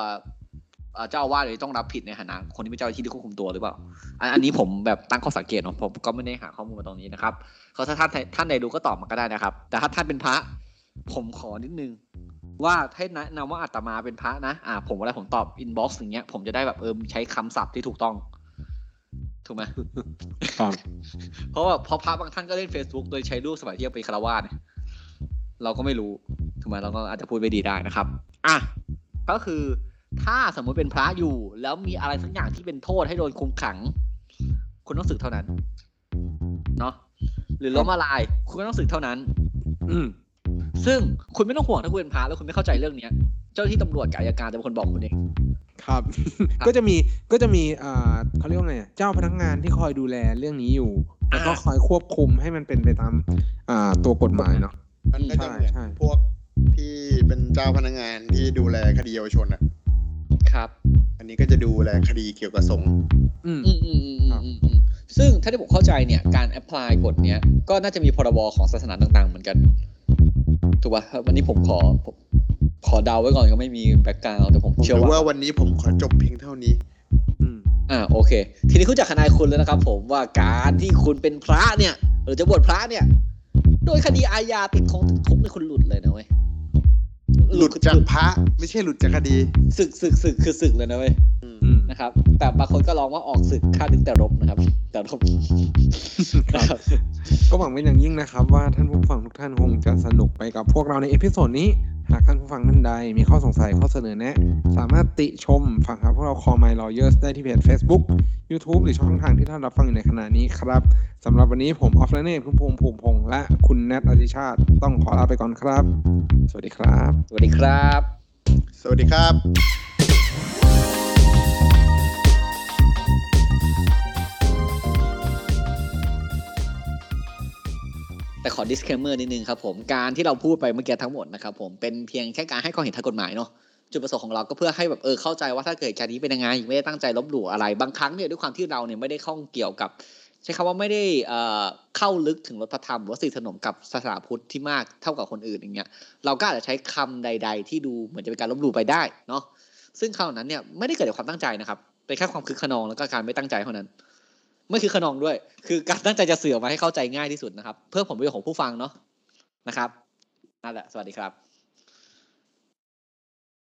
S4: เอ่อเจ้าอาวาสเลยต้องรับผิดในฐานะคนที่เป็นเจ้าหน้าที่ที่ควบคุมตัวหรือเปล่าอันอันนี้ผมแบบตั้งข้อสังเกตเนาะผมก็ไม่ได้หาข้อมูลมาตรงนี้นะครับเขาถ้าท่านท่านใดรู้ก็ตอบมาก็ได้นะครับ แต่ถ้าท่านเป็นพระ ผมขอนิดนึง ว่าให้แนะนำว่าอาตมาเป็นพระนะอ่า ผมเวลาผมตอบอินบ็อกซ์อย่างเงี้ยผมจะได้แบบเออใช้คำศัพท์ที่ถูกต้องถูกไหม
S3: ครับ
S4: เพราะว่าเพราะพระบางท่านก็เล่น Facebook โดยใช้รูปสมัยที่ยังเป็นคารวาสเนี่ย เราก็ไม่รู้ถูกไหมเราก็อาจจะพูดไปดีได้นะครับ อ่ะ ก็คือถ้าสมมุติเป็นพระอยู่ แล้วมีอะไรสักอย่างที่เป็นโทษให้โดนคุมขัง คุณต้องสึกเท่านั้น เนาะหรือล้มละลาย คุณก็ต้องสึกเท่านั้น
S3: อืม
S4: ซึ่งคุณไม่ต้องห่วงถ้าคุณเป็นพระแล้วคุณไม่เข้าใจเรื่องเนี้ย เจ้าหน้าที่ตำรวจกับอัยการจะเป็นคนบอกคุณเอง
S3: ครับ
S4: ครับ
S3: ก็จะมีก็จะมีอ่าเขาเรียกว่าไงอะเจ้าพนักงานที่คอยดูแลเรื่องนี้อยู่ แล้วก็คอยควบคุมให้มันเป็นไปตาม อ่าตัวกฎหมายเนาะ
S5: มันก็จะ
S3: ใช่
S5: เหมือน
S3: ใช่
S5: พวกที่เป็นเจ้าพนักงานที่ดูแลคดีเยาวชนอ่ะ
S4: ครับ
S5: อันนี้ก็จะดูแลคดีเกี่ยวกับสงฆ์
S3: อืม
S4: อืมอืมอืมอืมอืมซึ่งถ้าที่ผมเข้าใจเนี่ยการแอพพลายกฎเนี้ยก็น่าจะมีพรบของศาสนาต่างๆ เหมือนกัน ถูกป่ะวันนี้ผมขอผมขอเดาไว้ก่อนก็ไม่มีแบ็กกราวด์แต่ผม
S5: ผม
S4: เชื่อ
S5: รู้ว่า
S4: ว่า
S5: วันนี้ผมขอจบเพียงเท่านี้
S3: อืม
S4: อ่าโอเค ทีนี้คุณจากขนายคุณแล้วนะครับ ผมว่าการที่คุณเป็นพระเนี่ย หรือจะบวชพระเนี่ย โดยคดีอาญาติดของติดคุกเนี่ยคุณหลุดเลยนะเว้ย
S5: หลุดจากพระ ไม่ใช่หลุดจากคดี
S4: ศึกศึกศึกคือศึกเลยนะเว้ย
S5: อืม
S3: อืม
S4: นะครับ แต่บางคนก็ร้องว่าออกศึกค่าดึงแต่รบนะครับ แต่
S5: *laughs*
S4: รบนะครับ
S3: ก็หวังเป็นอย่างยิ่งนะครับ ว่าท่านผู้ฟังทุกท่านคงจะสนุกไปกับพวกเราในเอพิโซดนี้ หากท่านผู้ฟังท่านใด มีข้อสงสัยข้อเสนอแนะ สามารถติชมฟังหาพวกเรา Call My Lawyers ได้ที่เพจ Facebook YouTube หรือช่องทางที่ท่านรับฟังอยู่ในขณะนี้ครับสำหรับวันนี้ผมออฟและเนตคุณภูมิภูมิพงษ์และคุณแนทอธิชาติต้องขอลาไปก่อนครับ สวัสดีครับ
S4: สวัสดีครับ
S5: สวัสดีครับ
S4: แต่ขอ disclaimer นิดนึงครับผมการที่เราพูดไปเมื่อกี้ทั้งหมดนะครับผมเป็นเพียงแค่การให้ความเห็นทางกฎหมายเนาะจุดประสงค์ของเราก็เพื่อให้แบบเออเข้าใจว่าถ้าเกิดการนี้เป็นยังไงไม่ได้ตั้งใจลบหลู่อะไรบางครั้งเนี่ยด้วยความที่เราเนี่ยไม่ได้ข้องเกี่ยวกับ ใช้คำว่าไม่ได้เอ่อเข้าลึกถึงวัฒนธรรมหรือว่าสนิทสนมกับศาสนาพุทธที่มากเท่ากับคนอื่นอย่างเงี้ยเราก็อาจจะใช้คำใด ๆ ที่ดูเหมือนจะเป็นการลบหลู่ไปได้เนาะซึ่งคำเหล่านั้นเนี่ยไม่ได้เกิดจากความตั้งใจนะครับเป็นแค่ความคึกขนองแล้วก็การไม่ตั้งใจเท่านั้น ไม่คือขนองด้วย คือการตั้งใจจะสื่อออกมาให้เข้าใจง่ายที่สุดนะครับ เพื่อผลประโยชน์ของผู้ฟังเนาะนะครับนั่นแหละสวัสดีครับ